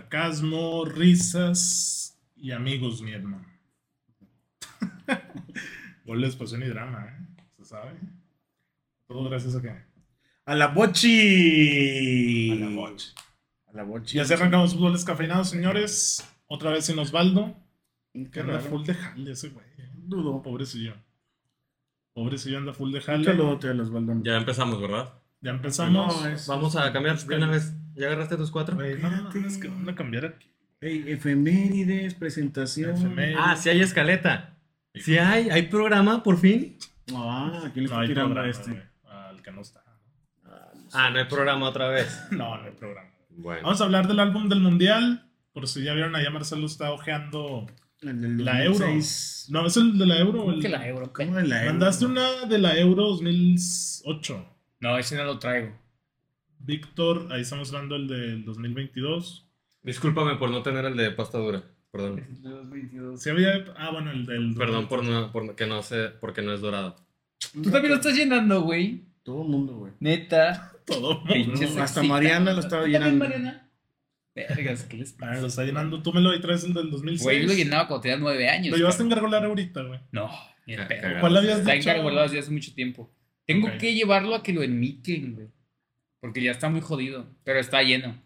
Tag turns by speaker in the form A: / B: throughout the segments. A: Sarcasmo, risas y amigos, mi hermano. Goles, pasión y drama, ¿eh? Se sabe. Todo gracias a que.
B: A la bochi.
A: A la boche.
B: A la bochi.
A: Ya se arrancamos fútbol descafeinado, señores. Otra vez sin Osvaldo. Que
B: Qué
A: anda
B: raro.
A: full de jale ese güey. ¿eh?
B: Dudo.
A: Pobrecillo. Pobrecillo anda full de
B: Un
A: jale.
B: saludo, tío, los Baldón.
C: Ya empezamos, ¿verdad?
A: Ya empezamos.
B: Pues No, es-
C: Vamos a cambiar de una vez. ¿Ya agarraste tus cuatro?
A: Güey, no, no, no, es que van a cambiar aquí.
B: Ey, efemérides, presentación.
A: Efemérides.
C: Ah, sí hay escaleta. Sí hay, hay programa, por fin.
B: Ah, ¿a quién le
A: No
B: está
A: hay
B: tirando
A: programa,
B: a este?
A: güey, Al que no está.
C: Ah, no hay programa otra vez. Ah,
A: No, no hay programa.
C: Bueno.
A: Vamos a hablar del álbum del mundial. Por si ya vieron allá, Marcelo está ojeando.
B: El del
A: La Euro.
B: 2006.
A: No, es el de la Euro. o el-
D: que la euro.
B: ¿Cómo de la Euro?
A: Mandaste una de la Euro 2008.
D: No, ese no lo traigo.
A: Víctor, ahí estamos hablando el del 2022.
C: Discúlpame por no tener el de pasta dura. Perdón.
A: Sí había- Ah, bueno, el del.
C: Perdón por no, por que no sé, porque no es dorado.
D: Tú también lo estás llenando, güey.
B: Todo el mundo, güey.
D: Neta.
A: Todo.
D: Pinche
B: hasta
D: sexista.
B: Mariana lo estaba
D: ¿Tú también,
B: llenando.
D: Mariana? Vergas, ¿qué les
A: Ah,
D: pasa?
A: lo está llenando. Tú me lo traes el del 2006.
D: Güey, yo lo llenaba cuando tenía nueve años.
A: Lo llevaste a engargolar ahorita, güey.
D: No, ni el
C: Ah,
D: pedo.
C: cagado.
A: ¿Cuál habías
D: Está
A: dicho?
D: encargolado desde hace mucho tiempo. Tengo
A: Ok.
D: que llevarlo a que lo enmiquen, güey. Porque ya está muy jodido. Pero está lleno.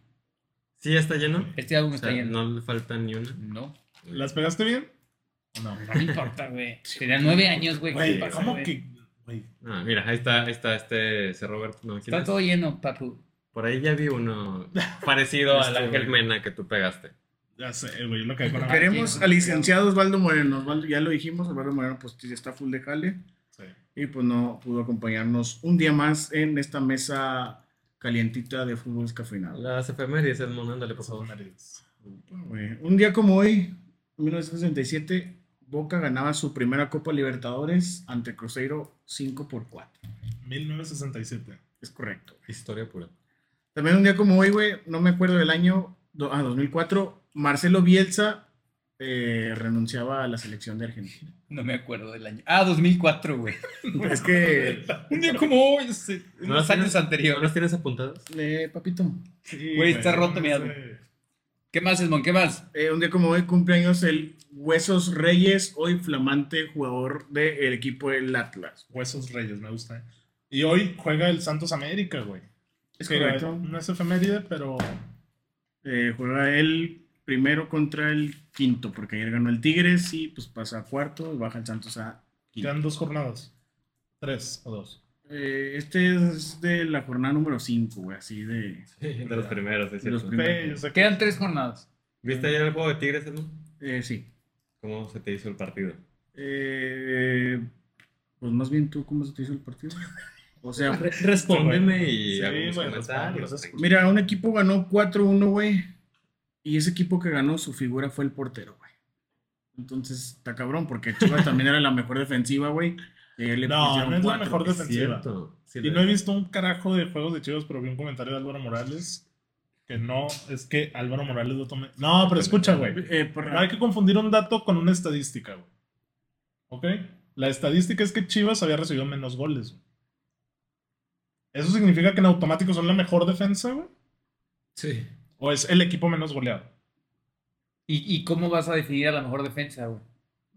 C: ¿Sí está lleno?
D: Este álbum
C: O
D: está
C: sea,
D: lleno.
C: no le falta ni una.
D: No,
A: ¿Las pegaste bien? No.
D: no me importa, güey. Tenía nueve años, güey. ¿qué
A: Güey,
D: le pasa,
A: ¿cómo
D: güey?
A: que.? Güey,
C: Ah, mira, ahí está, ahí está este ese Robert. No, ¿quién
D: Está
C: es?
D: todo lleno, papu.
C: Por ahí ya vi uno parecido al
A: Este,
C: Ángel
A: güey.
C: Mena que tú pegaste.
A: ya sé, güey, yo lo caí con la mano.
B: Queremos
D: Ah,
B: al licenciado Osvaldo Moreno. Osvaldo, ya lo dijimos, Osvaldo Moreno, pues ya está full de jale.
A: Sí.
B: Y pues no pudo acompañarnos un día más en esta mesa calientita de fútbol descafeinado.
C: Las efemérides, Edmond, ándale, por favor.
A: Maridos.
B: Güey, Un día como hoy, 1967, Boca ganaba su primera Copa Libertadores ante Cruzeiro 5 por 4.
A: 1967.
B: Es correcto.
C: Historia pura.
B: También un día como hoy, güey, no me acuerdo del año, do- ah, 2004, Marcelo Bielsa eh, renunciaba a la selección de Argentina.
D: No me acuerdo del año. Ah, 2004, güey.
B: es que,
D: Un día como hoy, sí,
C: ¿No
D: unos
C: las
D: años
C: tienes? ¿No
D: anteriores.
C: las tienes apuntadas?
B: eh, papito,
A: Sí,
D: Güey, está roto mi álbum. ¿Qué más, Esmon? ¿Qué más?
B: eh, un día como hoy cumpleaños el Huesos Reyes, hoy flamante jugador del equipo del Atlas.
A: Huesos Reyes, me gusta. eh. Y hoy juega el Santos América, güey.
B: Es
A: Que
B: correcto.
A: No es efeméride, pero.
B: Eh, juega el primero contra el quinto, porque ayer ganó el Tigres y pues pasa a cuarto y baja el Santos a quinto.
A: Quedan dos jornadas. Tres o dos.
B: Eh, este es de la jornada número 5, güey, así de...
C: De los primeros, es
B: De los
C: cierto.
B: primeros.
A: Sí, yo sé que-
D: Quedan tres jornadas.
C: ¿Viste ayer el juego de Tigres, Edmond?
B: eh, sí.
C: ¿Cómo se te hizo el partido?
B: Eh, pues más bien tú, ¿cómo se te hizo el partido? O sea,
C: Respóndeme y
A: Sí,
C: hago
A: güey,
C: mis comentarios.
A: respóndeme,
C: tranquilo.
B: mira, un equipo ganó 4-1, güey. Y ese equipo que ganó, su figura fue el portero, güey. Entonces, está cabrón, porque Chivas también era la mejor defensiva, güey. y ayer le
A: No,
B: pusieron
A: no es la
B: cuatro.
A: mejor
C: Es
A: defensiva.
C: cierto. Sí,
A: Y
C: la-
A: no he visto un carajo de juegos de chivas, pero vi un comentario de Álvaro Morales. Que no, es que Álvaro Morales lo tome. No, pero escucha, güey.
B: Eh, por-
A: No hay que confundir un dato con una estadística, güey. ¿Ok? La estadística es que Chivas había recibido menos goles. güey. ¿Eso significa que en automático son la mejor defensa, güey?
C: Sí.
A: ¿O es el equipo menos goleado?
D: ¿Y, y cómo vas a definir a la mejor defensa, güey?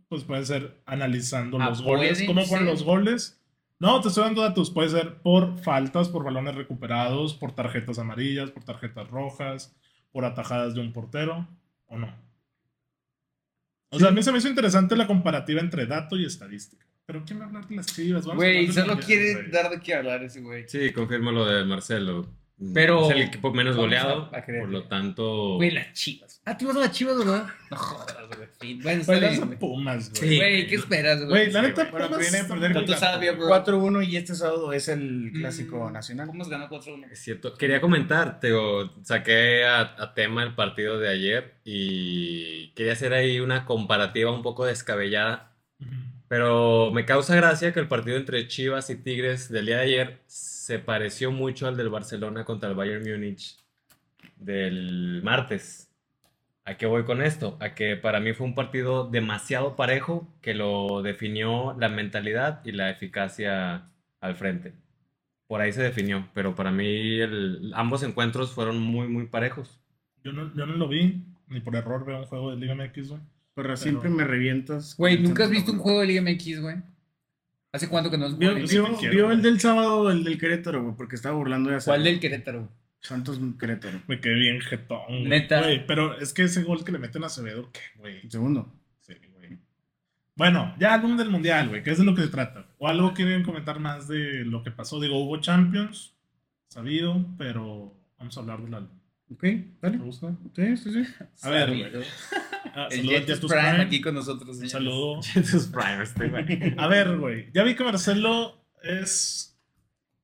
A: Pues puede ser analizando
D: Ah,
A: los goles.
D: pueden
A: ¿Cómo fueron
D: ser.
A: los goles? No, te estoy dando datos. Puede ser por faltas, por balones recuperados, por tarjetas amarillas, por tarjetas rojas, por atajadas de un portero, o no. O sea, a mí se me hizo interesante la comparativa entre dato y estadística. Pero ¿quién va a hablar de las chivas? Vamos a
D: Güey,
A: hablar de
D: solo
A: las
D: quiere
A: chivas,
D: dar de qué hablar ese güey.
C: Sí, confirmo lo de Marcelo.
D: Pero-
C: Es el equipo menos
D: Vamos
C: goleado.
D: a- a creerle.
C: por lo tanto.
D: Güey, las chivas. Ah, tú vas a las chivas, ¿verdad? No jodas, güey. Sí, Bueno, está
A: güey. Güey,
D: bien,
A: las
D: güey.
A: Pumas, güey.
C: Sí.
D: Güey, ¿qué esperas,
A: Güey,
D: güey?
A: la neta,
B: Bueno,
A: Pumas
B: viene a perder
D: Tanto sabia, bro.
B: 4-1 y este sábado es el clásico
D: Mm,
B: nacional.
D: ¿Cómo se ganó 4-1?
C: Es cierto. Quería comentar, te digo, saqué a, a tema el partido de ayer y quería hacer ahí una comparativa un poco descabellada. Pero me causa gracia que el partido entre Chivas y Tigres del día de ayer se pareció mucho al del Barcelona contra el Bayern Múnich del martes. ¿A qué voy con esto? A que para mí fue un partido demasiado parejo que lo definió la mentalidad y la eficacia al frente. Por ahí se definió, pero para mí el- ambos encuentros fueron muy, muy parejos.
A: Yo no, yo no lo vi, ni por error veo un juego de Liga MX, güey.
B: Pero siempre me revientas.
D: Güey,
B: con
D: ¿nunca has
B: tanta
D: visto un
B: mamada.
D: juego de Liga MX, güey? ¿Hace cuánto que no es
B: Vio,
A: Yo
D: güey?
A: sí,
B: vio-
A: güey, quiero,
B: vio
A: güey.
B: el del sábado, el del Querétaro, güey, porque estaba burlando de hacer
D: ¿Cuál del Querétaro?
B: Santos Querétaro.
A: Me quedé bien jetón, güey.
D: Neta.
A: Güey, pero es que ese gol que le meten a Acevedo, ¿qué, güey?
B: El segundo.
A: Sí, güey. Bueno, ya álbum del mundial, güey, que es de lo que se trata. ¿O algo quieren comentar más de lo que pasó? Digo, hubo Champions, sabido, pero vamos a hablar del álbum.
B: Ok, dale.
A: ¿Te gusta?
B: Sí, sí, sí.
A: A ver, güey.
D: Sabido.
A: Ah,
D: El
A: saludo a
D: Jet
A: Jetus
D: Prime
A: Prime.
D: aquí con nosotros.
A: Un
D: señores.
A: saludo.
C: Jesus Prime, este güey.
A: A ver, güey. Ya vi que Marcelo es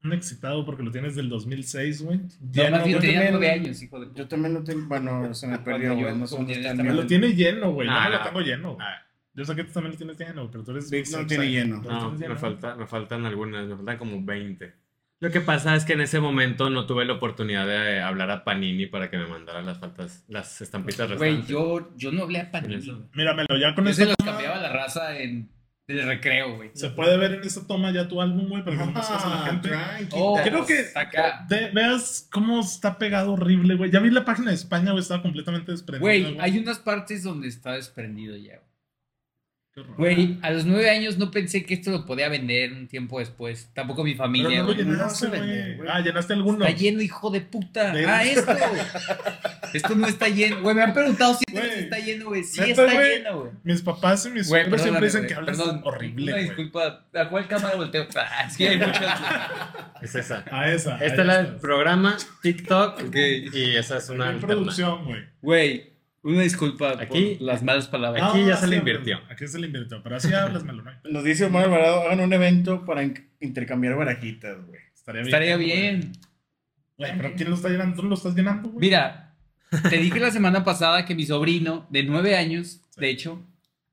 A: un excitado porque lo tienes del 2006, güey.
D: No,
A: Lleno,
D: más bien
A: güey.
D: tenía
B: también-
D: nueve años, hijo de
B: Yo también lo tengo. Bueno, se me perdió,
D: Cuando yo
B: güey. No sé dónde
D: comí
B: está.
D: esta
B: el-
A: Lo tiene lleno, güey. Yo
C: Ah,
A: no lo
C: no.
A: tengo lleno. güey.
C: Ah.
A: Yo sé que tú también lo tienes lleno, pero tú eres
B: Vic no tiene
A: sexy.
B: lleno.
A: Tú
C: No,
A: tienes
C: me,
A: lleno.
C: falta, me faltan algunas, me faltan como 20. Lo que pasa es que en ese momento no tuve la oportunidad de hablar a Panini para que me mandara las faltas, las estampitas
D: Güey,
C: restantes.
D: yo, yo no hablé a Panini.
C: Eso.
D: güey.
A: Míramelo, ya con
D: Yo se
A: esta
D: los
A: toma-
D: cambiaba la raza en el recreo, güey.
A: Se puede ver en esta toma ya tu álbum, güey, pero no muestras a
B: Ah,
A: la gente.
B: tranqui.
D: Oh,
B: tal.
A: Creo que-
D: Acá.
A: De- veas cómo está pegado horrible, güey. Ya vi la página de España, güey, estaba completamente desprendida.
D: Güey, hay unas partes donde está desprendido ya. güey.
A: Qué horror.
D: Güey, a los nueve años no pensé que esto lo podía vender un tiempo después. Tampoco mi
A: Pero
D: familia.
A: no lo
D: güey.
B: no
A: llenaste,
B: se vende,
A: güey.
B: güey.
A: Ah, llenaste alguno.
D: Está lleno, hijo de puta.
A: De-
D: Ah, esto. esto no está lleno. Güey, me han preguntado si
A: Güey.
D: está lleno, güey. Sí
A: Neta,
D: está
A: güey.
D: lleno, güey.
A: Mis papás y mis
D: Güey,
A: suegros siempre
D: perdóname,
A: dicen
D: güey,
A: que hablas
D: perdón.
A: horrible,
D: Una
A: güey.
D: disculpa. ¿A cuál cámara volteo? Ah, es que hay muchas.
C: Es esa.
A: A esa.
C: Esta es la del programa TikTok
D: Ok.
C: y esa es una
A: una
C: alterna.
A: producción, güey.
D: Güey, una disculpa
C: Aquí-
D: por las malas palabras.
C: Aquí ya se le
A: sí,
C: invirtió.
A: güey, Aquí se le invirtió, pero así hablas, Melo, ¿no?
B: Nos dice Omar Alvarado, hagan un evento para in- intercambiar barajitas, güey.
A: Estaría bien.
D: Estaría
A: güey.
D: bien.
A: Güey, pero ¿quién lo está llenando? ¿Tú lo estás llenando, güey?
D: Mira, te dije la semana pasada que mi sobrino, de nueve años, de hecho,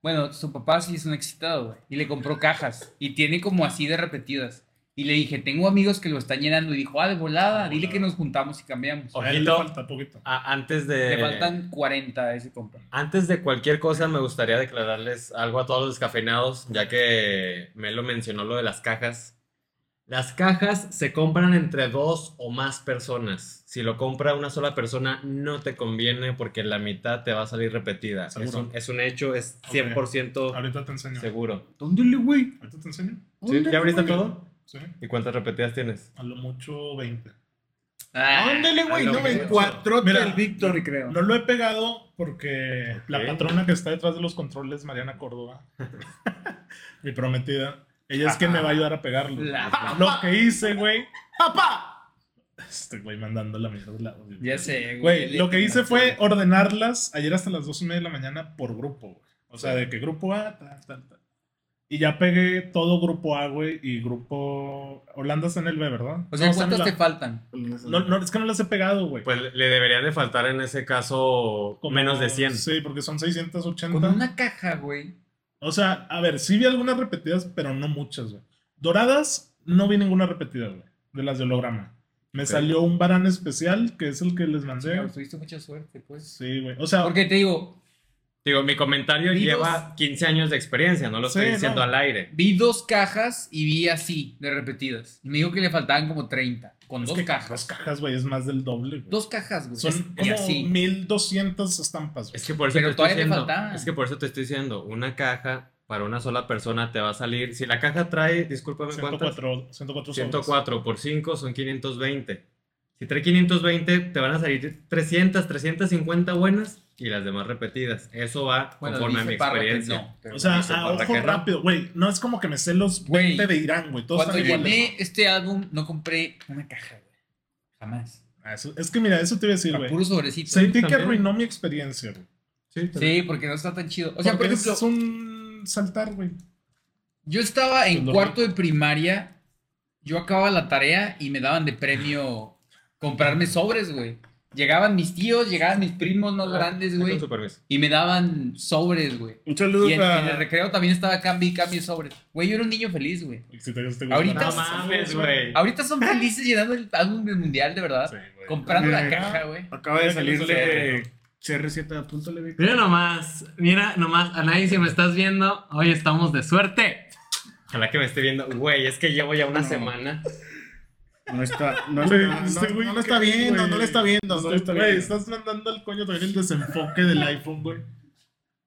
D: bueno, su papá sí es un excitado, güey, y le compró cajas, y tiene como así de repetidas. Y le dije, tengo amigos que lo están llenando, y dijo, ah, de volada, dile que nos juntamos y cambiamos.
A: A él le
C: Ojito.
A: falta poquito.
C: A- antes
D: Le
C: de.
D: faltan 40 a ese compra.
C: Antes de cualquier cosa, me gustaría declararles algo a todos los descafeinados, ya que Melo mencionó lo de las cajas. Las cajas se compran entre dos o más personas. Si lo compra una sola persona, no te conviene porque la mitad te va a salir repetida. Es
A: Seguro.
C: un, es un hecho, es 100%
A: Ahorita te enseño.
C: seguro.
B: ¿Dónde le, güey?
A: Ahorita te enseño.
C: ¿Sí?
B: Ándale,
C: ¿Ya abriste
B: güey.
C: todo?
A: Sí.
C: ¿Y cuántas repetidas tienes?
A: A lo mucho 20.
B: Ándale, güey.
C: Ah,
B: No
C: lo
B: me
C: veo.
B: encuatrote
A: Mira,
B: el Víctor, creo.
A: No lo he pegado porque la patrona que está detrás de los controles, Mariana Córdoba, mi prometida, ella es quien me va a ayudar a pegarlo.
D: La-
A: Lo que hice, güey. ¡Papá! Este güey mandando la mierda al lado, güey.
D: Ya sé,
A: Güey, lo que hice fue ordenarlas ayer hasta las dos y media de la mañana por grupo, güey. O sea, de que grupo A, tal, tal, tal. Y ya pegué todo grupo A, güey, y grupo... Holanda está en el B, ¿verdad?
D: O sea,
A: No, está en
D: ¿cuántas te
A: la-
D: faltan?
A: no, no, es que no las he pegado, güey.
C: Pues le deberían de faltar en ese caso
A: Como-
C: menos de 100.
A: Sí, porque son 680.
D: Con una caja, güey.
A: O sea, a ver, sí vi algunas repetidas, pero no muchas, güey. Doradas, no vi ninguna repetida, güey. De las de holograma. Me
C: Ok.
A: salió un varán especial, que es el que les mandé.
D: Claro, Tuviste mucha suerte, pues.
A: Sí, güey. O sea,
D: Porque te digo,
C: Digo, mi comentario
D: Amigos.
C: lleva 15 años de experiencia, no lo estoy
A: Sí,
C: diciendo
A: no.
C: al aire.
D: Vi dos cajas y vi así, de repetidas. Me dijo que le faltaban como 30, con
A: es
D: dos
A: que
D: cajas.
A: Dos cajas, güey, es más del doble, güey.
D: Dos cajas, güey.
A: Son
D: y
A: como
D: así.
A: 1200 estampas, güey.
C: Es que por eso
D: Pero
C: te estoy
D: todavía le
C: diciendo,
D: faltaban.
C: es que por eso te estoy diciendo, una caja para una sola persona te va a salir, si la caja trae, discúlpame cuántas,
A: 104, 104 sobres.
C: 104 por 5 son 520. Si trae 520 te van a salir 300, 350 buenas y las demás repetidas. Eso va
D: Bueno,
C: conforme a mi
D: dice Parra que
C: experiencia.
D: no, pero
A: O sea,
D: dice
A: a
D: Parra
A: ojo
D: que no.
A: rápido, güey. No es como que me sé los
D: Güey,
A: 20 de Irán, güey. Todos
D: Cuando
A: están iguales.
D: llené este álbum, no compré una caja, güey. Jamás.
A: Ah, eso- es que mira, eso te iba a decir,
D: A
A: güey.
D: puro sobrecito. Sí,
A: Sentí que
C: también.
A: arruinó mi experiencia, güey.
D: porque no está tan chido. O sea, por
A: Porque
D: ejemplo,
A: es un saltar, güey.
D: yo estaba en
A: Pues,
D: cuarto de primaria, yo acababa la tarea y me daban de premio comprarme sobres, güey. Llegaban mis tíos, llegaban mis primos
A: Ah,
D: más grandes,
C: Con
D: güey.
C: su permiso.
D: Y me daban sobres, güey.
B: Un
D: Y
B: saludo
D: en, en el
B: para.
D: recreo también estaba cambio y cambio sobre. Güey, yo era un niño feliz, güey.
A: Si te gusta,
D: Ahorita-
C: No
A: güey.
C: mames, güey.
D: Ahorita son felices llenando el álbum del mundial, de verdad.
A: Sí, güey.
D: Comprando la
B: Mira,
D: caja, güey.
B: Acaba de salirle
A: Mira
B: CR7, apúntale, Víctor.
C: Mira nomás, mira nomás, a nadie si me estás viendo, hoy estamos de suerte. Ojalá que me esté viendo, güey, es que llevo ya una
B: No.
C: semana
B: No está, no
A: Güey,
B: está,
A: este
B: no,
A: güey,
B: no lo está
A: ¿qué,
B: viendo,
A: güey?
B: no lo está viendo, no lo está
A: Güey,
B: viendo.
A: estás mandando al coño también el desenfoque del iPhone, güey.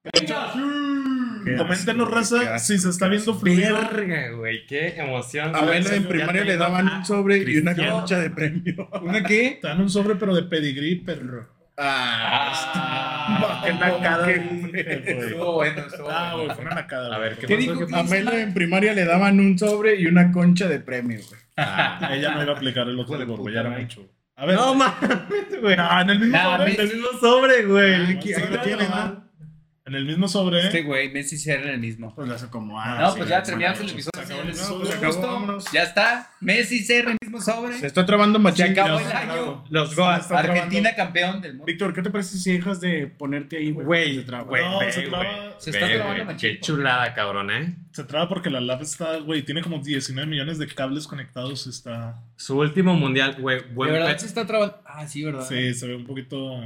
B: Qué
A: Coméntenos,
B: asco, qué
A: raza,
B: asco,
A: si se está viendo fluido.
C: Verga, güey, qué emoción.
A: A
C: güey.
A: ver,
E: Abuelo, en
A: señor,
E: primaria
A: ya
E: le
A: tengo-
E: daban
A: Ah,
E: un sobre y una
C: Cristiano.
E: concha de premio.
D: ¿Una qué?
A: Te dan un sobre, pero de pedigrí, perro.
C: Ah,
E: qué nacada,
D: Ah. Estuvo bueno, estuvo
A: Ah, güey,
D: bueno.
A: fue una nacada.
C: A
A: güey.
C: ver, ¿qué
D: ¿Qué
C: pasó?
D: dijo
E: A
D: Cristian?
B: Ah,
E: Melo en primaria le daban un sobre y una concha de premio, güey.
C: Ah.
A: Ella no iba a aplicar el otro
E: Hijo de
A: porque
E: puta,
A: ya era
E: güey.
A: mucho. A ver,
C: No mames, güey.
A: Ah, en el mismo
D: Nah,
A: sobre.
D: Messi-
A: en el mismo-
C: sobre, güey.
E: Aquí, aquí lo tienes, ¿no?
A: En el mismo sobre.
D: Este güey, Messi sí era el mismo.
B: Pues lo hace como ah,
D: No,
B: sí,
D: pues ya
B: buena
D: terminamos el
B: noche.
D: episodio.
A: acabó,
D: señores.
A: no,
D: Un
A: pues
E: se acabó,
D: gusto.
E: vámonos.
D: Ya está. Messi serra el mismo
E: Se
D: sobre.
E: está trabando
D: Se
E: machín.
D: acabó
A: ya
D: el
A: se acabó.
D: año.
C: Los Goats.
A: Está grabando.
D: Argentina campeón del mundo.
B: Víctor, ¿qué te parece si dejas de ponerte ahí, güey?
C: Güey,
B: Se traba.
C: güey,
A: No,
C: ve,
A: se traba-
C: güey.
D: Se está
C: Ve,
D: trabando
C: güey,
D: machín.
C: Qué chulada, cabrón, ¿eh?
A: Se traba porque la lab está, güey, tiene como 19 millones de cables conectados. Está.
C: Su último mundial, güey.
D: De
C: Buen,
D: verdad
C: pe-
D: se está trabando. Ah, sí, ¿verdad?
A: Sí, se ve un poquito.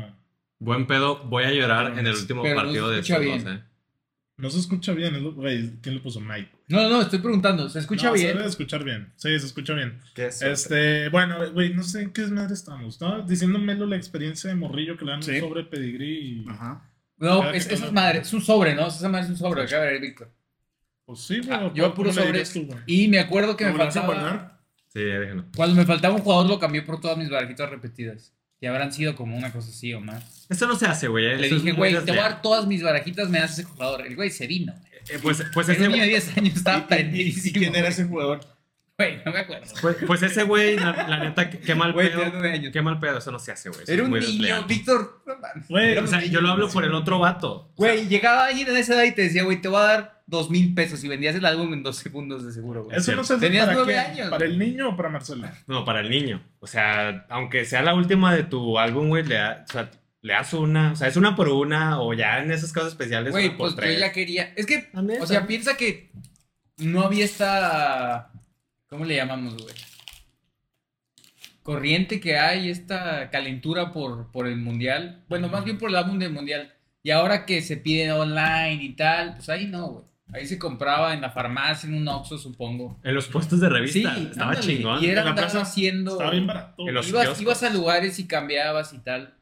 C: buen pedo. Voy a llorar en el último
D: Pero no se
C: partido de estos
D: escucha
C: dos,
D: bien.
C: ¿eh?
A: No se escucha bien, es lo- güey. ¿Quién le puso Mike?
D: No, no, no, estoy preguntando. ¿Se escucha
A: No, Se
D: bien?
A: debe de escuchar bien. Sí, se escucha bien.
C: Este-
A: Este, bueno, güey, no sé en qué madre estamos. ¿no? Diciéndomelo la experiencia de morrillo que le dan un
E: Sí.
A: sobre pedigrí y.
B: Ajá.
D: No,
A: Claro que
D: es,
A: todo
D: eso es
A: no.
D: madre. Es un sobre, ¿no? Esa madre es un sobre. Acá, a ver, Víctor.
A: Pues sí, güey.
D: Ah,
A: ¿cómo-
D: yo puro
A: cómo le dirías
D: sobres.
A: tú, güey?
D: Y me acuerdo que me
B: ¿Cómo lo hace
D: faltaba.
B: guardar?
C: Sí, déjenlo.
D: Cuando me faltaba un jugador, lo cambié por todas mis barajitas repetidas. Y habrán sido como una cosa así o más.
C: Eso no se hace, güey. ¿eh?
D: Le
C: Eso es
D: dije,
C: muy
D: güey, te voy a
C: desleal.
D: dar todas mis barajitas, me das ese jugador. El güey se vino. güey.
C: Eh, Pues, pues,
D: Era un niño de
C: ese,
D: 10 años, estaba
E: ¿Y
D: prendidísimo.
E: quién era ese jugador?
D: Güey, no me acuerdo.
C: pues, pues ese güey, la, la neta, qué, qué mal
D: Güey, tenía
C: pedo.
D: nueve años.
C: Qué mal pedo, eso no se hace, güey. Eso
D: Era
C: es
D: un
C: muy
D: niño,
C: desleal.
D: Víctor. no mames.
A: Güey,
D: Era
C: O
D: un
C: sea,
D: niño.
C: yo lo hablo por el otro vato.
D: Güey, llegaba alguien en esa edad y te decía, güey, te voy a dar dos mil pesos y vendías el álbum en dos segundos de seguro, güey.
A: Eso no se hace
D: Tenías
A: para
D: nueve
A: quién,
D: años.
A: para el niño o para Marcelo.
C: No, para el niño. O sea, aunque sea la última de tu álbum, güey, le, da- o sea, le das una. O sea, es una por una, o ya en esas cosas especiales,
D: Güey,
C: una por
D: pues yo
C: tres.
D: ya quería. Es que,
C: También,
D: o sea,
C: también.
D: piensa que no había esta. ¿Cómo le llamamos, güey? Corriente que hay, esta calentura por, por el mundial. Bueno, más bien por el álbum del mundial. Y ahora que se pide online y tal, pues ahí no, güey. Ahí se compraba en la farmacia, en un Oxxo, supongo.
C: En los puestos de revista.
D: Sí,
C: Estaba
D: ándale.
C: chingón.
D: Y era
A: En la
D: andar
A: plaza
D: haciendo.
A: Está bien barato.
C: En los-
D: ibas,
C: kioscos.
D: ibas a lugares y cambiabas y tal.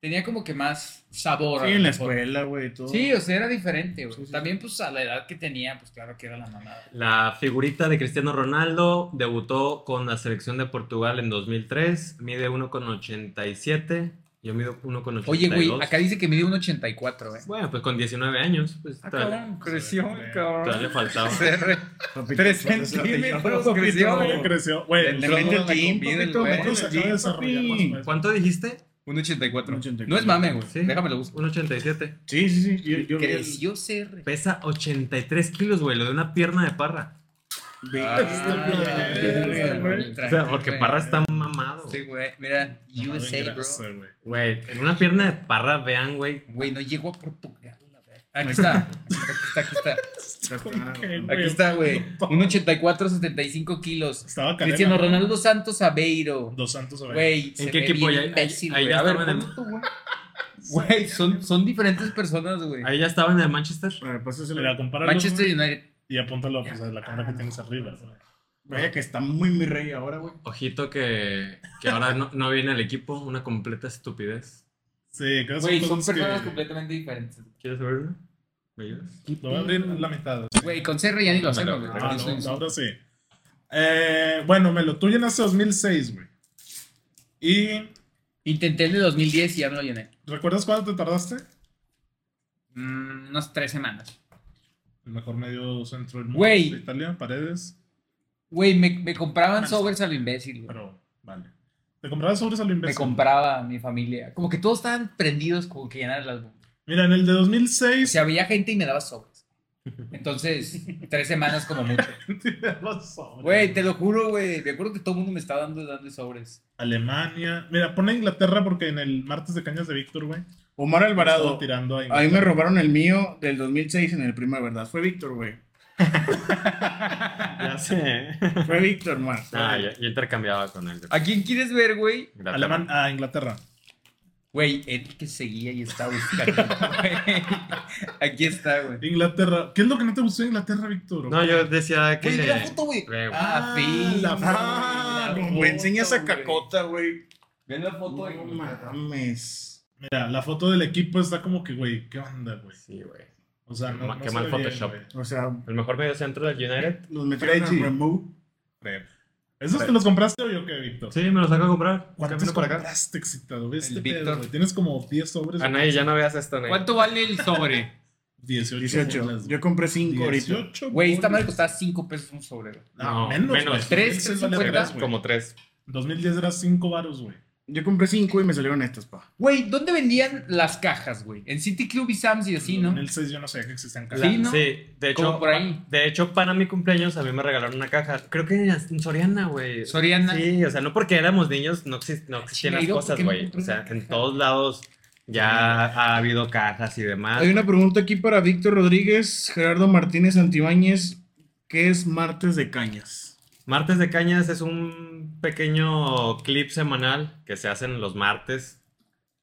D: Tenía como que más sabor. a
E: Sí,
D: lo
E: en la
D: mejor.
E: escuela, güey, y todo.
D: Sí, o sea, era diferente, güey.
E: Sí, sí, sí.
D: También, pues, a la edad que tenía, pues, claro que era la mamada.
C: La figurita de Cristiano Ronaldo debutó con la selección de Portugal en 2003. Mide 1,87. Yo mido 1,82.
D: Oye, güey, acá dice que mide un 84, güey.
C: Bueno, pues con 19 años. Pues,
D: Ah,
C: todavía,
A: creció,
C: todavía
D: cabrón.
C: le faltaba.
E: Papito,
D: Tres
E: ¿cuántos
D: centímetros
E: papito?
D: creció,
A: Güey, creció.
E: Le
A: Güey,
D: Luego
E: mete
D: no
E: el
D: la
E: gym,
D: combina el
E: papito,
D: güey.
E: mete el
A: Se acaba de
E: gym,
A: desarrollar
E: papi.
A: más,
C: ¿Cuánto dijiste?
D: Un 84.
E: Un 84.
D: No es mame, güey.
C: Sí.
D: Déjamelo buscar.
C: 1,87.
E: Sí, sí, sí. Yo, yo vi el-
D: Creció CR.
C: Pesa 83 kilos, güey. Lo de una pierna de parra.
E: vi-
D: Ah,
E: Este
C: O sea, porque Parra está mamado.
D: Sí, güey. Mira,
A: No,
D: USA, bro.
A: grasa, güey.
C: Güey, en una pierna de parra, vean, güey.
D: Güey, no llegó a Portugal. la verga. Aquí está. Aquí está, aquí está.
A: ¿Cómo que, güey?
D: Aquí está, güey. Un 84, 75 kilos.
A: Estaba caliente.
D: Cristiano Ronaldo Santos Aveiro.
A: Dos Santos a ver.
D: Güey,
C: Pues, ¿En qué equipo? Ya- ahí- ahí ya
D: ver,
C: estaban en el-
D: ¿cuánto, güey? Güey, son, son diferentes personas, güey.
C: Ahí ya estaba en el Manchester.
E: A ver, pásaselo.
A: Mira, compáralo,
D: Manchester
A: güey,
D: United.
A: Y apúntalo pues, a la cámara que tienes arriba. güey.
E: Vaya que está muy mi rey ahora, güey.
C: Ojito que, que ahora no, no viene el equipo. Una completa estupidez.
A: Sí, creo que
D: Güey, son
A: cosas que-
D: personas completamente diferentes.
C: ¿Quieres verlo? ¿Me ayudas?
A: Lo voy a abrir la mitad.
D: Güey, con Serra ya ni lo
C: No,
D: hacemos, güey.
A: Ah,
D: Eso
A: no,
D: es-
A: ahora sí. Eh, bueno, Melo, tú llenaste 2006, güey. ¿Y
D: Intenté el de 2010 y ya me lo llené.
A: recuerdas cuánto te tardaste?
D: Mm, unas tres semanas.
A: El mejor medio centro del mundo.
D: Güey.
A: de Italia, paredes.
D: Güey, me, me compraban sobres a lo imbécil, güey.
A: Pero, vale. ¿Te comprabas sobres a lo
D: Me
A: imbécil?
D: compraba mi familia. Como que todos estaban prendidos como que llenar las bombas.
A: Mira, en el de
D: O
A: 2006.
D: sea, había gente y me daba sobres. Entonces, tres semanas como mucho.
A: los sobres.
D: Güey, te lo juro, güey. Me acuerdo que todo el mundo me estaba dando, dando sobres.
A: Alemania. Mira, pone Inglaterra porque en el martes de cañas de Víctor, güey.
E: Omar
A: estaba
E: Alvarado.
A: tirando a
E: Ahí
A: Inglaterra.
E: me robaron el mío del 2006 en el Prima de Verdad. Fue Víctor, güey.
C: Ya sé.
E: Fue Víctor, más.
C: Ah, yo, yo intercambiaba con él.
D: ¿A quién quieres ver, güey?
C: Inglaterra.
A: Alemán- a Inglaterra.
D: Güey, él que seguía y estaba buscando. güey. Aquí está, güey.
A: Inglaterra. ¿Qué es lo que no te
B: Ah,
A: gustó de Inglaterra, Víctor?
C: No, yo decía que.
D: Güey, mira la foto, güey.
C: Güey,
D: Ah,
A: Ah,
D: fin.
A: la
D: güey,
A: foto.
D: la
B: güey. Enseñas a Cacota, güey.
D: Ven la foto
B: No
D: de
B: mames.
A: Mira, la foto del equipo está como que, güey, ¿qué onda, güey?
C: Sí, güey.
A: O sea, no,
C: Ma-
A: no
C: qué
A: se
C: mal
A: ve bien,
C: Photoshop.
A: güey.
B: O sea,
C: El mejor medio centro del United.
B: los metieron
E: Frechi.
B: a remove.
A: ¿Esos te los compraste o yo qué, Víctor?
C: Sí, me los saco a comprar.
A: ¿Cuántos
C: Camino para acá.
A: compraste, excitado? Este
D: El
A: pedo,
D: Víctor.
A: güey. Tienes como 10 sobres.
C: Anaí, ya Ah, no veas esto, Anaí.
D: ¿Cuánto vale el sobre?
A: 18.
B: 18.
A: bolas,
B: Yo compré 5 ahorita.
A: 18
D: Güey, esta madre
A: bolas.
D: costaba 5 pesos un sobre, güey.
A: No,
C: No,
A: menos,
C: menos,
A: güey.
D: tres,
A: Excel
D: tres
A: vale
D: cincuenta.
A: vergas, güey.
C: Como tres.
A: 2010 era 5 varos, güey.
B: Yo compré 5 y me salieron estas, pa.
D: Güey, ¿dónde vendían las cajas, güey? En City Club y Sam's y así, ¿no?
A: En el 6 yo no sabía que existían cajas.
D: Sí, ¿no?
C: Sí, de
D: Como
C: hecho,
D: por ahí.
C: de hecho, para mi cumpleaños a mí me regalaron una caja. Creo que en Soriana, güey.
D: Soriana.
C: Sí, o sea, no porque éramos niños no, exist- no existían las
D: Chingairo, ¿por
C: cosas,
D: qué no
C: güey.
D: compré
C: O sea,
D: una
C: en
D: caja?
C: todos lados ya ha habido cajas y demás.
B: Hay una pregunta aquí para Víctor Rodríguez, Gerardo Martínez Antibáñez. ¿Qué es martes de cañas?
C: Martes de Cañas es un pequeño clip semanal que se hacen los martes.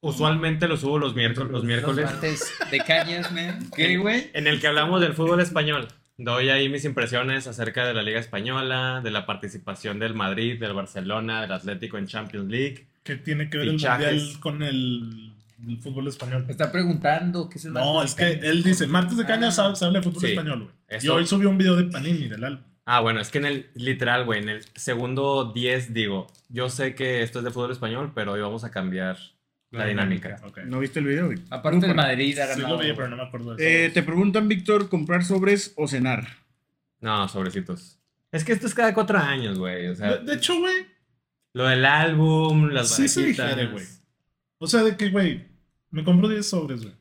C: Usualmente lo subo los miércoles. Los miércoles
D: Los martes de cañas, man. ¿Qué, güey?
C: en el que hablamos del fútbol español. Doy ahí mis impresiones acerca de la Liga Española, de la participación del Madrid, del Barcelona, del Atlético en Champions League.
A: ¿Qué tiene que ver el
C: Fichajes.
A: mundial con el, el fútbol español?
D: Me está preguntando qué es el
A: No,
D: martes
A: es
D: de
A: que
D: cañas.
A: él dice, martes de caña
D: Ah.
A: sabe- se habla de fútbol
C: Sí.
A: español, güey.
C: Eso.
A: Y hoy subió un video de Panini del álbum.
C: Ah, bueno, es que en el literal, güey, en el segundo 10 digo, yo sé que esto es de fútbol español, pero hoy vamos a cambiar la dinámica.
A: Ok.
B: ¿No viste el video, Vic?
D: Aparte
B: Súper.
D: del Madrid, ha
A: Sí
D: ganado,
A: lo vi,
D: güey.
A: pero no me acuerdo de
B: Eh,
A: eso.
B: te preguntan, Víctor, ¿comprar sobres o cenar?
C: No, sobrecitos. Es que esto es cada cuatro años, güey. O sea,
A: De, de hecho, güey,
C: Lo del álbum, las
A: Sí se
C: barajitas.
A: digiere, güey. o sea, de que, güey, me compro 10 sobres, güey.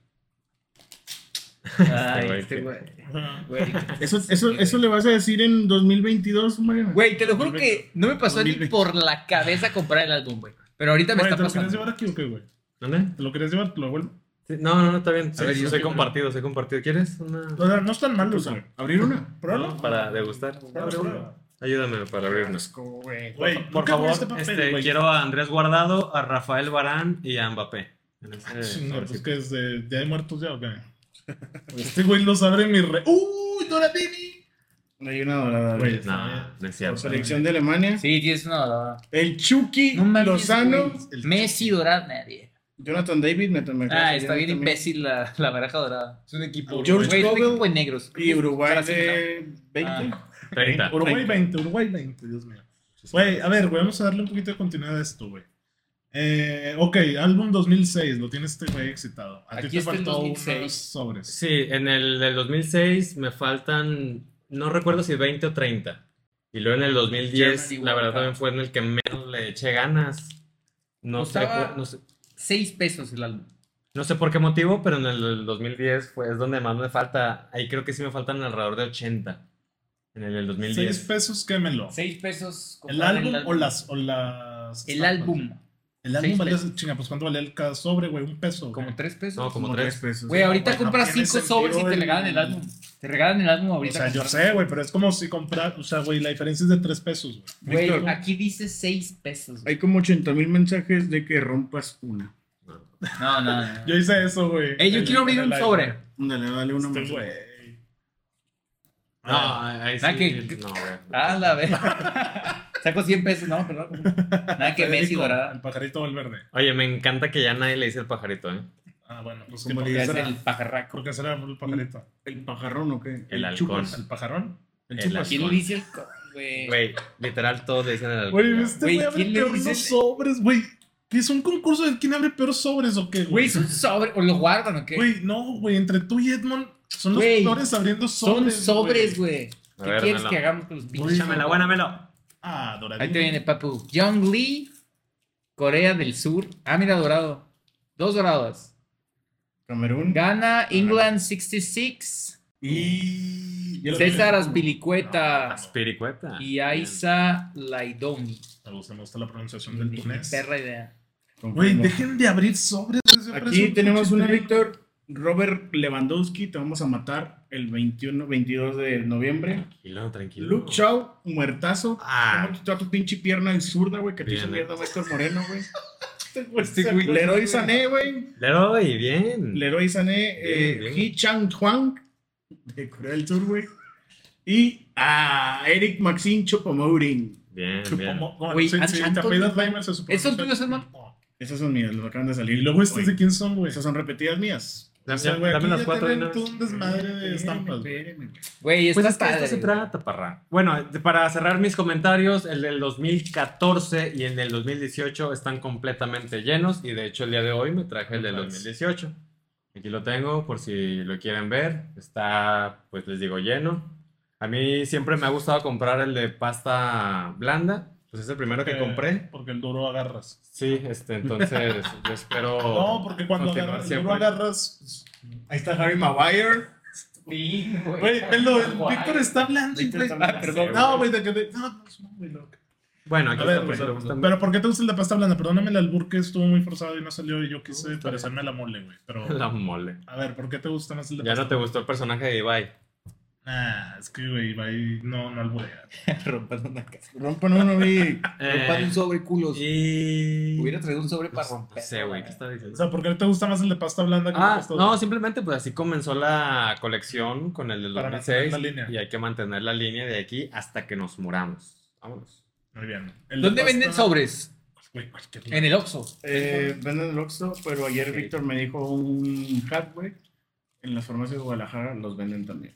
D: Ay,
C: güey,
D: este
C: que-
D: güey.
A: Ajá.
D: Güey,
B: ¿Eso, eso, eso le vas a decir en 2022, Mariana?
D: Güey, te lo juro que no me pasó ni
B: 2020.
D: por la cabeza comprar el álbum, güey. Pero ahorita me
A: Güey,
D: está
A: ¿te lo querías
D: pasando.
A: llevar aquí o qué, güey?
C: ¿Dónde?
A: ¿Te lo querías llevar? ¿Te lo vuelvo?
C: Sí, No, no, no, está bien.
A: A ver,
C: Sí,
A: yo-
C: soy compartido, soy compartido. ¿Quieres una?
A: O sea, no están malos, güey.
B: ¿Abrir una?
A: Pruébalo.
C: Para degustar.
A: Pruébalo, pruébalo.
C: Ayúdame para abrirnos.
B: güey.
A: Güey,
C: Por
A: nunca
C: favor,
A: abriste papel,
C: este,
A: güey.
C: quiero a Andrés Guardado, a Rafael Barán y a Mbappé. En ese
A: Chinga, pues
C: sobrecito.
A: que es de, de ahí muertos ya, ok. Este güey los abre mi re. ¡Uy, Doratini!
B: Hay una dorada.
A: Güey,
B: güey.
C: No, no es
B: Por
C: cierto.
B: selección de Alemania.
D: Sí, tienes una dorada.
B: El Chucky
D: No mames,
B: Lozano.
D: güey.
A: el
D: Messi dorada, nadie.
B: Jonathan David. Me, me
D: Ah, está
B: también.
D: bien imbécil la, la baraja dorada. Es un equipo.
B: George
D: güey, es un
B: Cobel.
D: equipo de negros.
B: Y Uruguay
D: Brasil,
B: de 20.
D: Ah.
C: 30.
A: Uruguay 20, Uruguay 20, Dios mío. Güey, a ver, güey, vamos a darle un poquito de continuidad a esto, güey. Eh, ok, álbum 2006, lo tiene este güey excitado. A ti
D: Aquí
A: te
D: está el
A: faltó
D: 2006.
A: unos sobres.
C: Sí, en el del 2006 me faltan, no recuerdo si 20 o 30. Y luego en el 2010,
D: Germany
C: la verdad
D: World
C: también
D: Cup.
C: fue en el que menos le eché ganas. No sé,
D: Costaba-
C: cu- no sé,
D: Seis pesos el álbum.
C: no sé por qué motivo, pero en el 2010 fue, es donde más me falta. Ahí creo que sí me faltan alrededor de 80. En el
A: 6
C: del 2010.
A: pesos, quémelo.
D: Seis pesos.
A: ¿El
D: comprar
A: álbum o las, o las.
D: El
A: estampas?
D: álbum.
A: El
D: Seis
A: álbum valía,
D: pesos.
A: chinga, pues cuánto valía el cada sobre, güey, un peso.
D: Como
A: güey?
D: tres pesos.
C: No, como
B: Como
C: tres.
B: tres pesos.
D: Güey, ahorita
A: no,
D: compras
A: tiene
D: cinco sobres y
A: sentido
D: te
A: el-
D: regalan el álbum. Te regalan el álbum
A: O sea,
D: ahorita.
A: yo sé, güey, pero es como si comprar, o sea, güey, la diferencia es de 3 pesos, güey.
D: Güey,
B: Víctor.
D: aquí dice seis pesos. güey.
B: Hay como 80 mil mensajes de que rompas una.
D: No, no, no.
A: Yo hice eso, güey.
D: Ey, yo
A: En-
D: quiero abrir
A: en el
D: un
A: iPhone.
D: sobre.
B: Dale, dale una
A: Este,
B: más.
A: güey.
C: No, ahí sí.
D: Ah, que-
C: No, güey.
D: Ah, la vez. Saco 100 pesos, no, perdón. Nada que Messi
A: Federico,
D: dorada.
A: El pajarito verde.
C: Oye, me encanta que ya nadie le dice el pajarito, ¿eh?
A: Ah, bueno, pues
B: Como
A: ¿por qué
B: le
D: Ya es
A: será?
D: el pajarraco.
A: ¿Por qué será el pajarito?
B: ¿El pajarrón o qué?
C: El
B: chupas.
C: halcón.
A: ¿El pajarón?
B: El
C: El
B: chupas.
C: halcón.
D: ¿Quién le dice el co- güey?
C: Güey, literal todos le dicen el
A: Güey,
C: halcón.
A: este
D: Güey,
A: güey abre
D: ¿quién le
A: peor
D: dice
A: los
D: el-
A: sobres, güey. ¿Qué es un concurso de quién abre peor sobres o qué,
D: Güey,
A: güey?
D: es un sobre. ¿O lo guardan o qué?
A: Güey, no, güey, entre tú y Edmond son los
D: Güey,
A: peores abriendo
D: Son
A: sobres.
D: sobres, güey.
C: A
D: ¿Qué
C: ver,
D: quieres
C: Melo.
D: que hagamos con los
A: Güey,
D: pinches?
C: Échamela, guánamelo.
A: Ah, doradito.
D: Ahí te viene, papu. Young Lee, Corea del Sur. Ah, mira, dorado. Dos doradas.
B: Camerún.
D: Ghana, England 66.
A: Y. ya lo
D: César
A: tengo.
D: Azpilicueta.
C: Aspiricueta.
D: Y Aiza Laidomi.
A: Me gusta, me gusta la pronunciación del
D: Ni
A: tunés.
D: Perra idea.
A: Güey,
B: Confirmo.
A: dejen de abrir sobres. güey, siempre es
B: Aquí
A: un
B: tenemos
A: pinche
B: una,
A: tema.
B: Víctor. Robert Lewandowski, te vamos a matar el 21, 22 de noviembre.
C: Tranquilo, tranquilo.
B: Luke Shaw, muertazo.
C: Ah.
B: ¿Cómo te va tu pinche pierna y zurda, güey? Que te hizo
C: Bien, eh.
B: mierda Héctor Moreno, güey.
A: Este güey.
B: Leroy Sané, güey.
C: Leroy, bien.
B: Leroy Sané,
C: Bien,
B: eh,
C: bien.
B: Hee Chang Huang, de Corea del Sur, güey. Y a Eric Maxine Choupo-Moting
C: Bien, bien.
A: Supongo. Bueno,
D: Güey,
A: si,
D: ¿han-
A: si
D: han
A: te apellidas
D: toldo-
A: Reimer, se supone.
D: ¿Esos
A: que-
D: tuyos, Edmond?
A: No.
B: Esas son mías, las acaban de
A: Y
B: salir.
A: luego estas
B: hoy.
A: de quién son, güey.
B: Esas son repetidas mías.
A: O
C: Dame,
A: sea, güey,
C: dame
A: aquí
C: las
A: ya
C: cuatro de
A: tienen
C: una
A: todo
C: vez.
A: un desmadre de estampas, güey.
B: Espérenme, güey.
D: Güey,
C: Pues es que de
D: está
C: esto
D: padre,
C: se
D: güey.
C: trata, parra. Bueno, de- para cerrar mis comentarios, el del 2014 y el del 2018 están completamente llenos y de hecho el día de hoy me traje el del
A: Nice.
C: 2018. Aquí lo tengo por si lo quieren ver. Está, pues les digo, lleno. A mí siempre me ha gustado comprar el de pasta blanda. Pues es el primero que
A: Eh,
C: compré.
A: Porque el duro agarras.
C: Sí, este, entonces yo espero...
A: No, porque cuando
C: continuar
A: agarras, el
C: siempre.
A: duro
C: pues,
A: agarras.
E: Ahí está Harry Maguire.
D: Sí,
A: Güey, velo, el Víctor está hablando.
E: Víctor
A: güey.
E: está hablando.
A: Ah, perdón. No, güey, de que. de- No, no, es muy loco.
C: Bueno, aquí
A: A
C: está,
A: ver,
C: por si
A: pues,
C: lo gustan ver.
A: pero ¿por qué te gusta el de pasta blanda? Perdóname el albur que estuvo muy forzado y no salió y yo quise parecerme a la mole, güey. Pero,
C: La mole.
A: a ver, ¿por qué te gusta más el de
C: Ya
A: pasta
C: no te gustó el personaje de Ibai.
A: Nah, es que, güey, va ahí, no, no alburea.
E: Rompan una casa.
B: Rompan uno, güey.
D: Rompan un sobre culos.
C: Y...
D: Hubiera traído un sobre para
C: Eh, Pues,
D: romper.
C: No sé, güey, ¿qué estaba
A: O
C: diciendo?
A: sea, ¿por qué te gusta más el de pasta blanda que el de
C: Ah,
A: pasta
C: no,
A: dura?
C: simplemente pues así comenzó la colección con el del
A: Para mantener
C: 2006
A: la línea.
C: y hay que mantener la línea de aquí hasta que nos muramos. Vámonos.
A: Muy bien. El de pasta-
D: ¿Dónde
A: pues,
D: venden sobres?
A: Güey, cualquier
D: En el Oxxo.
B: Eh, venden el Oxxo, pero ayer
D: Ok.
B: Víctor me dijo un hack, güey. En las farmacias de Guadalajara los venden también.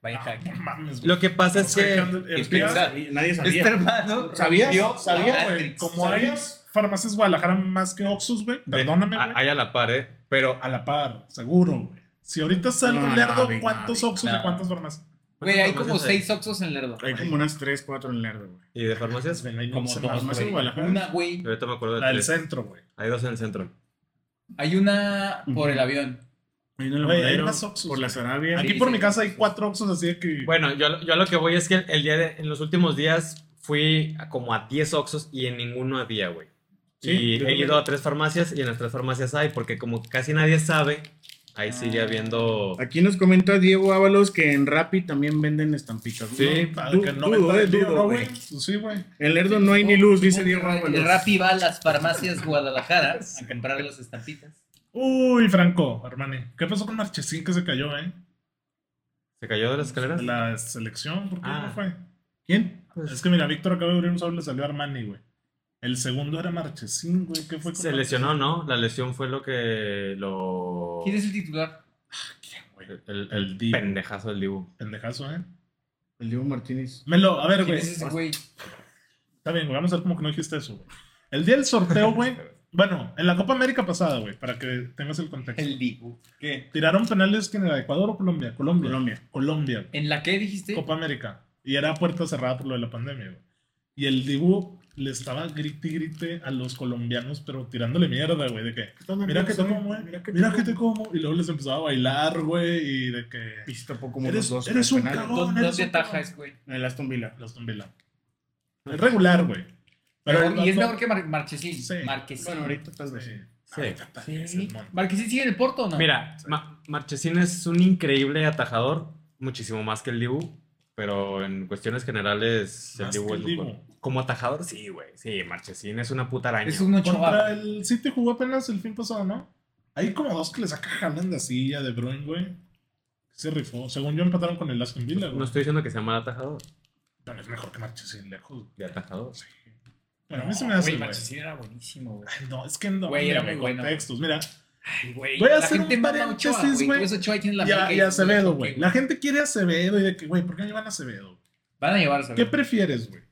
D: Vaya
A: Ah, no
D: hack.
A: mames, güey.
C: Lo que pasa es
A: O sea,
C: que
A: cuando- el
D: es
A: día-
D: pensar.
B: Nadie
D: Este hermano.
B: ¿Sabías?
D: rompió la
B: ¿Sabías,
A: güey,
D: Matrix.
A: como hay farmacias Guadalajara más que Oxxos, güey,
C: de-
A: perdóname,
C: a-
A: güey.
C: hay a la par, ¿eh? Pero
A: A la par, seguro, güey. Si ahorita sale
B: No,
A: un
B: no,
A: lerdo,
B: güey,
A: ¿cuántos
B: no,
A: Oxxos
D: no.
A: y cuántas farmacias?
D: Güey, hay como
C: ¿Cuántas hay?
D: seis Oxxos en el Lerdo.
B: Hay como unas 3, 4 en Lerdo, güey.
C: y de farmacias,
A: Güey, no hay
D: Como
A: mucho
D: dos,
A: más.
B: farmacias
D: güey.
B: de Guadalajara.
D: Una, güey.
C: ahorita me acuerdo de
A: La del
C: tres.
A: centro, güey.
C: Hay dos en el centro.
D: Hay una por el avión.
B: Hay una en
A: Güey, hay
B: Laredo,
A: más Oxxos,
B: Por
A: güey.
B: las Arabias.
A: Aquí
D: Sí,
A: por
D: sí.
A: mi casa hay cuatro Oxxos, así de que...
C: Bueno, yo, a- yo a lo que voy es que el, el día de, en los últimos días fui a como a 10 Oxxos y en ninguno había, güey.
A: Sí,
C: y
A: yo
C: he
A: también.
C: ido a tres farmacias y en las tres farmacias hay, porque como casi nadie sabe, ahí
A: Ah.
C: sigue habiendo...
B: Aquí nos comenta Diego Ábalos que en Rappi también venden estampitas.
C: Sí,
B: No,
A: para
B: du-
A: que no
B: dudo,
A: venda
B: eh,
A: el libro,
B: dudo,
A: güey.
B: güey.
A: Pues sí, güey.
B: En Lerdo no hay ni luz, dice Diego
D: El
B: Ábalos.
D: Rappi va a las farmacias Guadalajara a comprar las estampitas.
A: Uy, Franco, Armani. ¿Qué pasó con Marchesín que se cayó, eh?
C: ¿Se cayó de las escaleras?
A: De la selección, ¿por qué
C: Ah.
A: no fue?
B: ¿Quién?
D: Pues
A: Es que mira, Víctor acaba de abrir un sobre le salió Armani, güey. El segundo era Marchesín, güey. ¿Qué fue con
C: Se lesionó, ¿no? La lesión fue lo que lo...
D: ¿Quién es el titular?
A: Marchesín, güey?
C: El, el- el pendejazo del Dibu.
A: Pendejazo, eh.
B: El Diego Martínez.
A: Melo, a ver,
D: ¿Quién
A: güey.
D: es ese güey?
A: Está bien, güey. Vamos a ver cómo que no dijiste eso, güey. El día del sorteo, güey. Bueno, en la Copa América pasada, güey, para que tengas el contexto.
D: El Dibu. ¿Qué?
A: Tiraron penales que era Ecuador o Colombia. Colombia.
B: Colombia.
A: Colombia, güey.
D: ¿En la que dijiste?
A: Copa América. Y era puerta cerrada por lo de la pandemia, güey. Y el Dibu le estaba grite y grite a los colombianos, pero tirándole mierda, güey. De que, mira que te como, güey. Mira que, te como. Y luego les empezaba a bailar, güey. Y de que.
B: Pisto poco como
A: Eres-
B: los dos.
A: eres
B: tres
A: un
B: penales.
A: cagón.
D: ¿Dónde
A: eres
D: dónde
A: un
D: ataja
A: cabrón.
D: es güey?
B: En el Aston Villa.
A: Los Villa. Es regular, güey. Pero el
D: Mejor- y es
A: vato-
D: mejor que Mar Marchesín.
A: Sí.
D: Marquesín.
B: Bueno, ahorita tal vez.
A: Sí. Ah,
C: Sí.
A: Ahorita tal vez,
D: Sí.
A: Edmond.
D: ¿Marquesín sigue en el Porto o no?
C: Mira, Ma- Marchesín es un increíble atajador, muchísimo más que el Dibu, pero en cuestiones generales el
A: Más
C: Dibu
A: que
C: es
A: el
C: mejor.
A: Dibu.
C: Como atajador, sí, güey. Sí, Marchesín es una puta araña.
D: es un
A: Contra
D: ochoa.
A: el City jugó apenas el fin pasado, ¿no? Hay como dos que le saca Haaland de silla, de Bruin, güey. Se rifó. Según yo empataron con el Aston Villa, güey.
C: No estoy diciendo que sea mal atajador,
A: Pero es mejor que Marchesín lejos.
C: de atajador.
A: Bueno, a mí se me hace,
D: Güey,
A: güey.
D: Marchesín era buenísimo, güey.
A: Ay, No, es que no.
D: Güey, era
A: mira,
D: muy bueno.
A: contextos. Mira,
D: Ay, güey.
A: Voy a
D: la
A: hacer
D: gente
A: un
D: mama a Ochoa,
A: paréntesis, güey.
D: Tú ves a Ochoa y tienes la
A: ya,
D: marca
A: y
D: dices,
A: Acevedo,
D: "Oye,
A: güey.
D: ¿qué,
A: La gente quiere a Acevedo y de que, güey, ¿por qué no llevan a Acevedo?
D: Van a llevarse.
A: ¿Qué
D: güey.
A: prefieres, güey?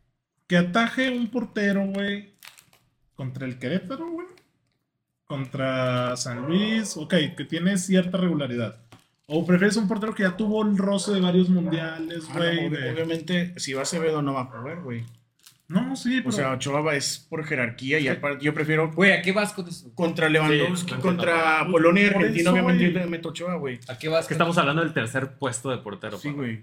A: ¿Que ataje un portero, güey, contra el Querétaro, güey? ¿Contra San Luis? Ok, que tiene cierta regularidad. ¿O prefieres un portero que ya tuvo el roce de varios mundiales,
B: Ah, no,
A: güey?
B: obvi-
A: de-
B: Obviamente, si va Acevedo no va a jugar, güey.
A: No, sí, pero...
B: O sea, Ochoa va- es por jerarquía y aparte yo prefiero
D: Güey, ¿a qué vas con eso?
B: contra Lewandowski,
C: Sí, no
B: contra
A: entiendo.
B: Polonia y
A: Por
B: Argentina,
A: eso,
B: obviamente
A: güey.
B: yo le meto Ochoa, güey.
D: ¿A qué vas?
C: Es que
D: con
C: estamos hablando del tercer puesto de portero.
B: Sí,
C: papá.
B: güey.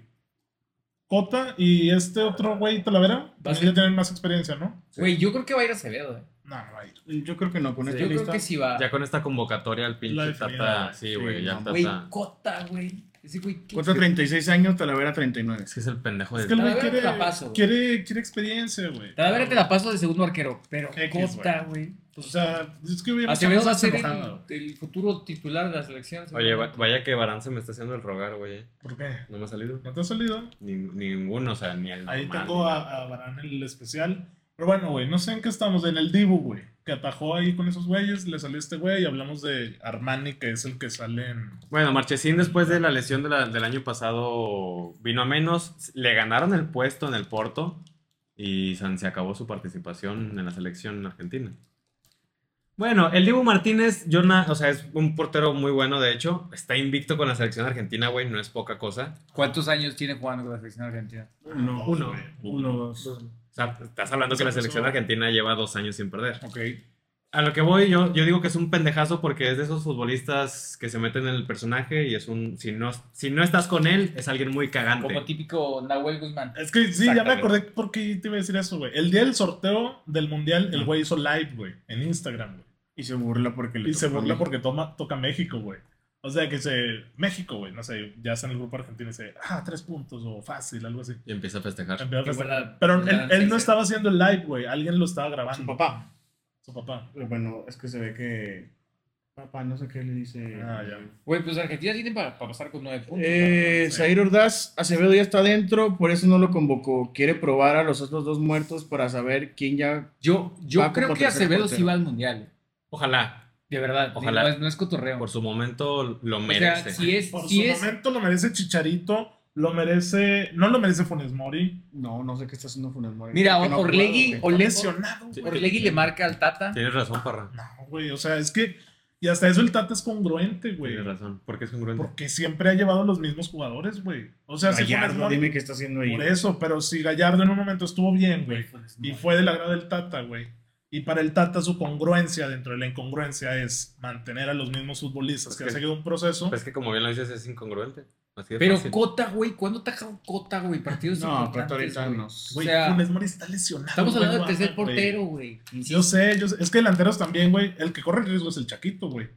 A: Cota y este otro güey, Talavera,
D: Va a
A: también ya tienen más experiencia, ¿no?
D: eso? Güey, yo creo que va a ir Acevedo, eh.
A: No, no va a ir.
B: Yo creo que no, con
C: Sí.
B: esta
D: Yo creo
B: lista.
D: que sí va.
C: Ya con esta convocatoria al
A: La
C: pinche
A: definida,
C: Tata,
A: güey.
C: sí, güey,
B: Sí,
C: ya
B: no,
C: Tata.
D: Güey, Cota, güey. Ese güey, ¿qué?
B: Cuesta 36 años, Talavera 39.
C: Es que es el pendejo de.
A: Es que el güey
D: Pues, Talavera
A: quiere,
D: te la paso, güey.
A: quiere, quiere experiencia, güey.
D: Talavera te la paso de segundo arquero, pero
A: X,
D: Cota, güey. Pues,
A: O sea, es que hubiera mucha
D: Acevedo va a
A: raza
D: ser
A: enojada,
D: el,
A: güey.
D: el futuro titular de la selección.
C: Oye, va-
D: seguramente.
C: vaya que Barán se me está haciendo el rogar, güey.
A: ¿Por qué?
C: No me ha salido.
A: ¿No te ha salido?
C: Ni- ninguno, o sea, ni el.
A: Ahí
C: normal,
A: tengo a, a Barán el especial. Pero bueno, güey, no sé en qué estamos. En el Dibu, güey. Que atajó ahí con esos güeyes. Le salió este güey. Y hablamos de Armani, que es el que sale en.
C: Bueno, Marchesín después de la lesión de la- del año pasado vino a menos, le ganaron el puesto en el Porto y san- se acabó su participación en la selección argentina. Bueno, el Dibu Martínez, yo na- o sea, es un portero muy bueno, de hecho, está invicto con la selección argentina, güey, no es poca cosa.
D: ¿Cuántos años tiene jugando con la selección argentina?
B: Uno,
A: Uno.
B: uno, dos.
C: O sea, estás hablando que la selección argentina lleva dos años sin perder.
A: Ok.
C: A lo que voy, yo, yo digo que es un pendejazo porque es de esos futbolistas que se meten en el personaje y es un, si no, si no estás con él, es alguien muy cagante.
D: Como típico Nahuel Guzmán.
A: Es que sí, ya me
C: Exactamente.
A: acordé por qué te iba a decir eso, güey. El día del sorteo del mundial, el güey hizo live, güey. En Instagram, güey.
B: Y se burla porque le
A: Y se
B: tocó a
A: burla
B: mí.
A: porque toma, toca México, güey. O sea, que se. México, güey. No sé, ya está en el grupo argentino y dice, ah, tres puntos o fácil, algo así.
C: Y empieza a festejar.
A: Empezó a
D: Que
A: festejar.
D: guarda-
A: Pero
D: guarda
A: él, él no
D: seis-
A: estaba haciendo el live, güey. Alguien lo estaba
B: Su
A: grabando.
B: papá.
A: Su papá.
B: Pero bueno, es que se ve que. Papá, no sé qué le dice.
A: Ah, ya.
D: Güey, pues Argentina tiene para, para pasar con nueve puntos.
B: Eh, Zair Ordaz, Acevedo ya está adentro, por eso no lo convocó. Quiere probar a los otros dos muertos para saber quién ya.
D: Yo, yo
B: Paco
D: creo
B: contra
D: que
B: el tercer
D: Acevedo sí
B: portero.
D: va al mundial.
C: Ojalá,
D: De verdad.
C: Ojalá.
D: No es, no es cotorreo.
C: por su momento lo
D: o sea,
C: merece.
D: si es,
A: Por
D: si
A: su
D: es,
A: momento lo merece Chicharito, lo merece. No lo merece Funes Mori.
B: No, no sé qué está haciendo Funes Mori.
D: Mira,
B: Que no ha
D: Orlegui,
B: jugado,
A: Lo
D: Ole-
A: lesionado,
C: Sí.
A: güey.
D: Orlegui le marca al Tata.
C: Tienes razón, Parra.
A: No, güey. O sea, es que. Y hasta eso el Tata es congruente, güey.
C: Tienes razón. Porque es congruente.
A: Porque siempre ha llevado los mismos jugadores, güey. O sea,
B: güey.
A: si Funes
B: Gallardo,
A: Mori-
B: dime qué está haciendo ahí.
A: Por eso, pero si Gallardo en un momento estuvo bien, güey. Y
B: Y
A: fue del agrado del Tata, güey. Y para el Tata su congruencia dentro de la incongruencia es mantener a los mismos futbolistas
C: Es
A: que
C: que-
A: han seguido un proceso.
C: Pues es que como bien lo dices, es incongruente. Así de
D: Pero
C: fácil.
D: Cota, güey, ¿cuándo ha tajado Cota, güey? Partidos
B: No, pero
D: importantes,
B: ahorita
D: güey.
B: no.
A: Güey,
D: o sea,
A: Funes Mori está lesionado.
D: Estamos
A: güey,
D: hablando del
A: no
D: tercer
A: hagan, güey.
D: portero, güey.
A: Yo sé, yo sé. Es que delanteros también, güey. El que corre el riesgo es el Chaquito, güey.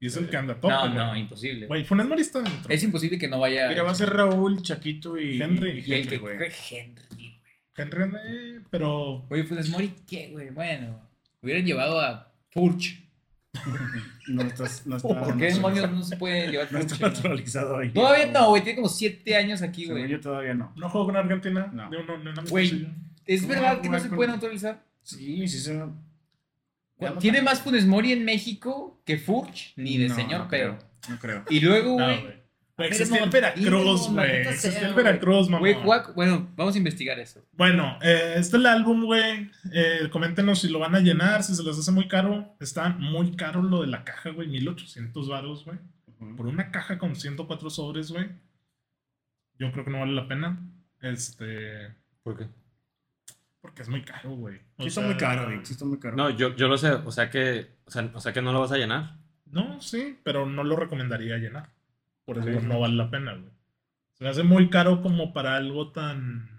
A: Y es el que anda a tope,
D: No,
A: güey.
D: no, imposible.
A: Güey, Funes Mori está dentro.
D: Es imposible que no vaya.
B: Mira, va a ser Raúl, Chaquito y
A: Henry.
D: y el que
B: güey.
D: cree Henry, güey.
A: Henry, eh, pero...
D: Oye, Funes Mori, ¿qué, güey? Bueno, hubieran llevado a Furch.
B: No estás. No está,
D: ¿Por qué demonios no se puede llevar
B: No
D: Furch?
B: está
D: güey?
B: naturalizado ahí.
D: Todavía no, güey. Tiene como siete años aquí,
B: Según
D: güey.
B: yo todavía no.
A: ¿No jugó con Argentina?
B: No.
A: De uno- de una
D: Güey.
A: posición.
D: ¿Es
B: ¿Cómo va
D: verdad
B: a
D: que no
B: jugar
D: se
B: con-
D: puede naturalizar?
B: Sí, sí se. Ya no
D: Tiene
B: tan-
D: más Funes Mori en México que Furch, ni de
B: No,
D: señor
B: no
D: pero.
B: creo, No creo.
D: Y luego,
A: No,
D: güey.
A: güey. Güey, Existía el Veracruz,
D: Irmos, la
A: güey.
D: neta
A: Existía
D: sea,
A: el Veracruz, mamá.
D: Güey, Juaco- bueno, vamos a investigar eso.
A: Bueno, eh, este es el álbum, güey. Eh, coméntenos si lo van a llenar, si se les hace muy caro. Está muy caro lo de la caja, güey. 1800 varos, güey. Por una caja con 104 sobres, güey. Yo creo que no vale la pena. Este.
C: ¿Por qué?
A: Porque es muy caro, güey. O
B: Sí está
A: sea,
B: muy caro, güey. Sí está muy caro.
C: No, yo, yo lo sé. O sea que. O sea, o sea que no lo vas a llenar.
A: No, sí, pero no lo recomendaría llenar. Por eso
C: Ok.
A: digo, no vale la pena, güey. Se me hace muy caro como para algo tan.